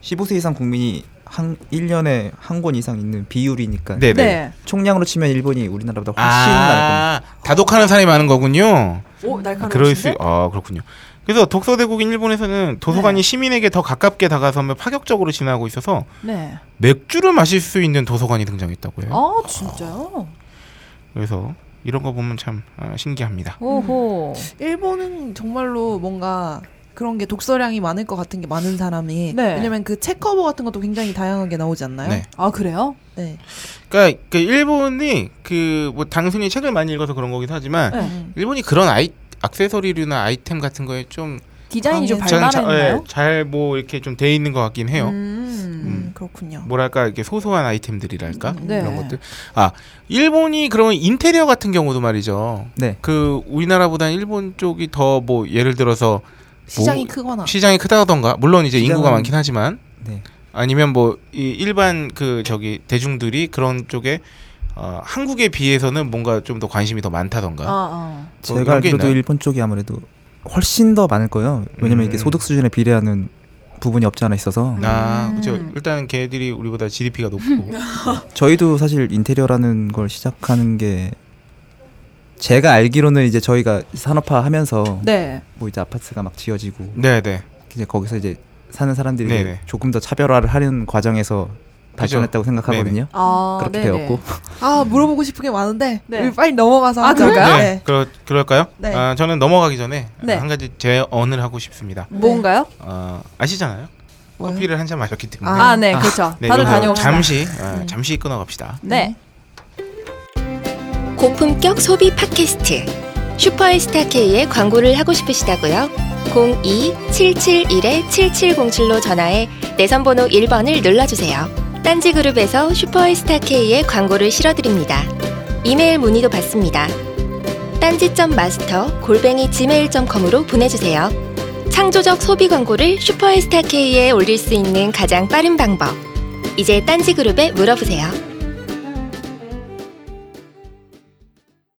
15세 이상 국민이 한 1년에 한 권 이상 있는 비율이니까 네, 네. 총량으로 치면 일본이 우리나라보다 훨씬 많을 겁니다. 아, 다독하는 사람이 많은 거군요. 오 아, 네. 어, 날카로우신데. 그럴 수, 아 그렇군요. 그래서 독서 대국인 일본에서는 도서관이 시민에게 더 가깝게 다가서며 파격적으로 진화하고 있어서 네. 맥주를 마실 수 있는 도서관이 등장했다고 해요. 아 진짜요? 그래서 이런 거 보면 참 아, 신기합니다. 음. 오호. 일본은 정말로 뭔가 그런 게 독서량이 많을 것 같은 게 많은 사람이 네. 왜냐면 그 책 커버 같은 것도 굉장히 다양하게 나오지 않나요? 네. 아 그래요? 네. 그러니까 그 일본이 그 뭐 단순히 책을 많이 읽어서 그런 거긴 하지만 네. 음. 일본이 그런 아이 액세서리류나 아이템 같은 거에 좀 디자인이 좀 저는 저는 자- 네, 발달했나요? 예, 잘뭐 이렇게 좀 돼 있는 것 같긴 네, 해요. 음. 음, 그렇군요. 뭐랄까 이렇게 소소한 아이템들이랄까 네. 이런 것들. 아 일본이 그러면 인테리어 같은 경우도 말이죠. 네. 그 우리나라보다 일본 쪽이 더 뭐 예를 들어서 시장이 뭐- 아. 크거나 시장이 크다던가 물론 이제 시장은- 인구가 많긴 하지만 네. 아니면 뭐 이 일반 그 저기 대중들이 그런 쪽에 어, 한국에 비해서는 뭔가 좀 더 관심이 더 많다던가. 아, 아. 뭐 제가 이런 게 알기로도 있나요? 일본 쪽이 아무래도 훨씬 더 많을 거예요. 왜냐면 이게 음. 소득 수준에 비례하는 부분이 없지 않아 있어서 아, 음. 네. 그렇죠. 일단 걔들이 우리보다 GDP가 높고. 저희도 사실 인테리어라는 걸 시작하는 게 제가 알기로는 이제 저희가 산업화하면서 네. 뭐 이제 아파트가 막 지어지고 네, 네. 이제 거기서 이제 사는 사람들이 네네. 조금 더 차별화를 하는 과정에서 발전했다고 생각하거든요. 아, 그렇게 네네. 되었고 아 물어보고 싶은 게 많은데 네. 우리 빨리 넘어가서 아, 하자. 그럴까요? 네, 네. 그러, 그럴까요? 네. 아, 저는 넘어가기 전에 네. 한 가지 제언을 하고 싶습니다. 뭔가요? 아, 아시잖아요. 뭐요? 커피를 한 잔 마셨기 때문에. 아, 네, 그렇죠. 네, 다들 이거 다녀옵시다. 잠시 아, 잠시 끊어갑시다. 네. 고품격 소비 팟캐스트 슈퍼에스타 K의 광고를 하고 싶으시다고요? 02-771-7707로 전화해 내선번호 1번을 눌러주세요. 딴지그룹에서 슈퍼에스타 K의 광고를 실어드립니다. 이메일 문의도 받습니다. 딴지점 마스터 골뱅이 gmail.com으로 보내주세요. 창조적 소비 광고를 슈퍼에스타 K에 올릴 수 있는 가장 빠른 방법. 이제 딴지그룹에 물어보세요.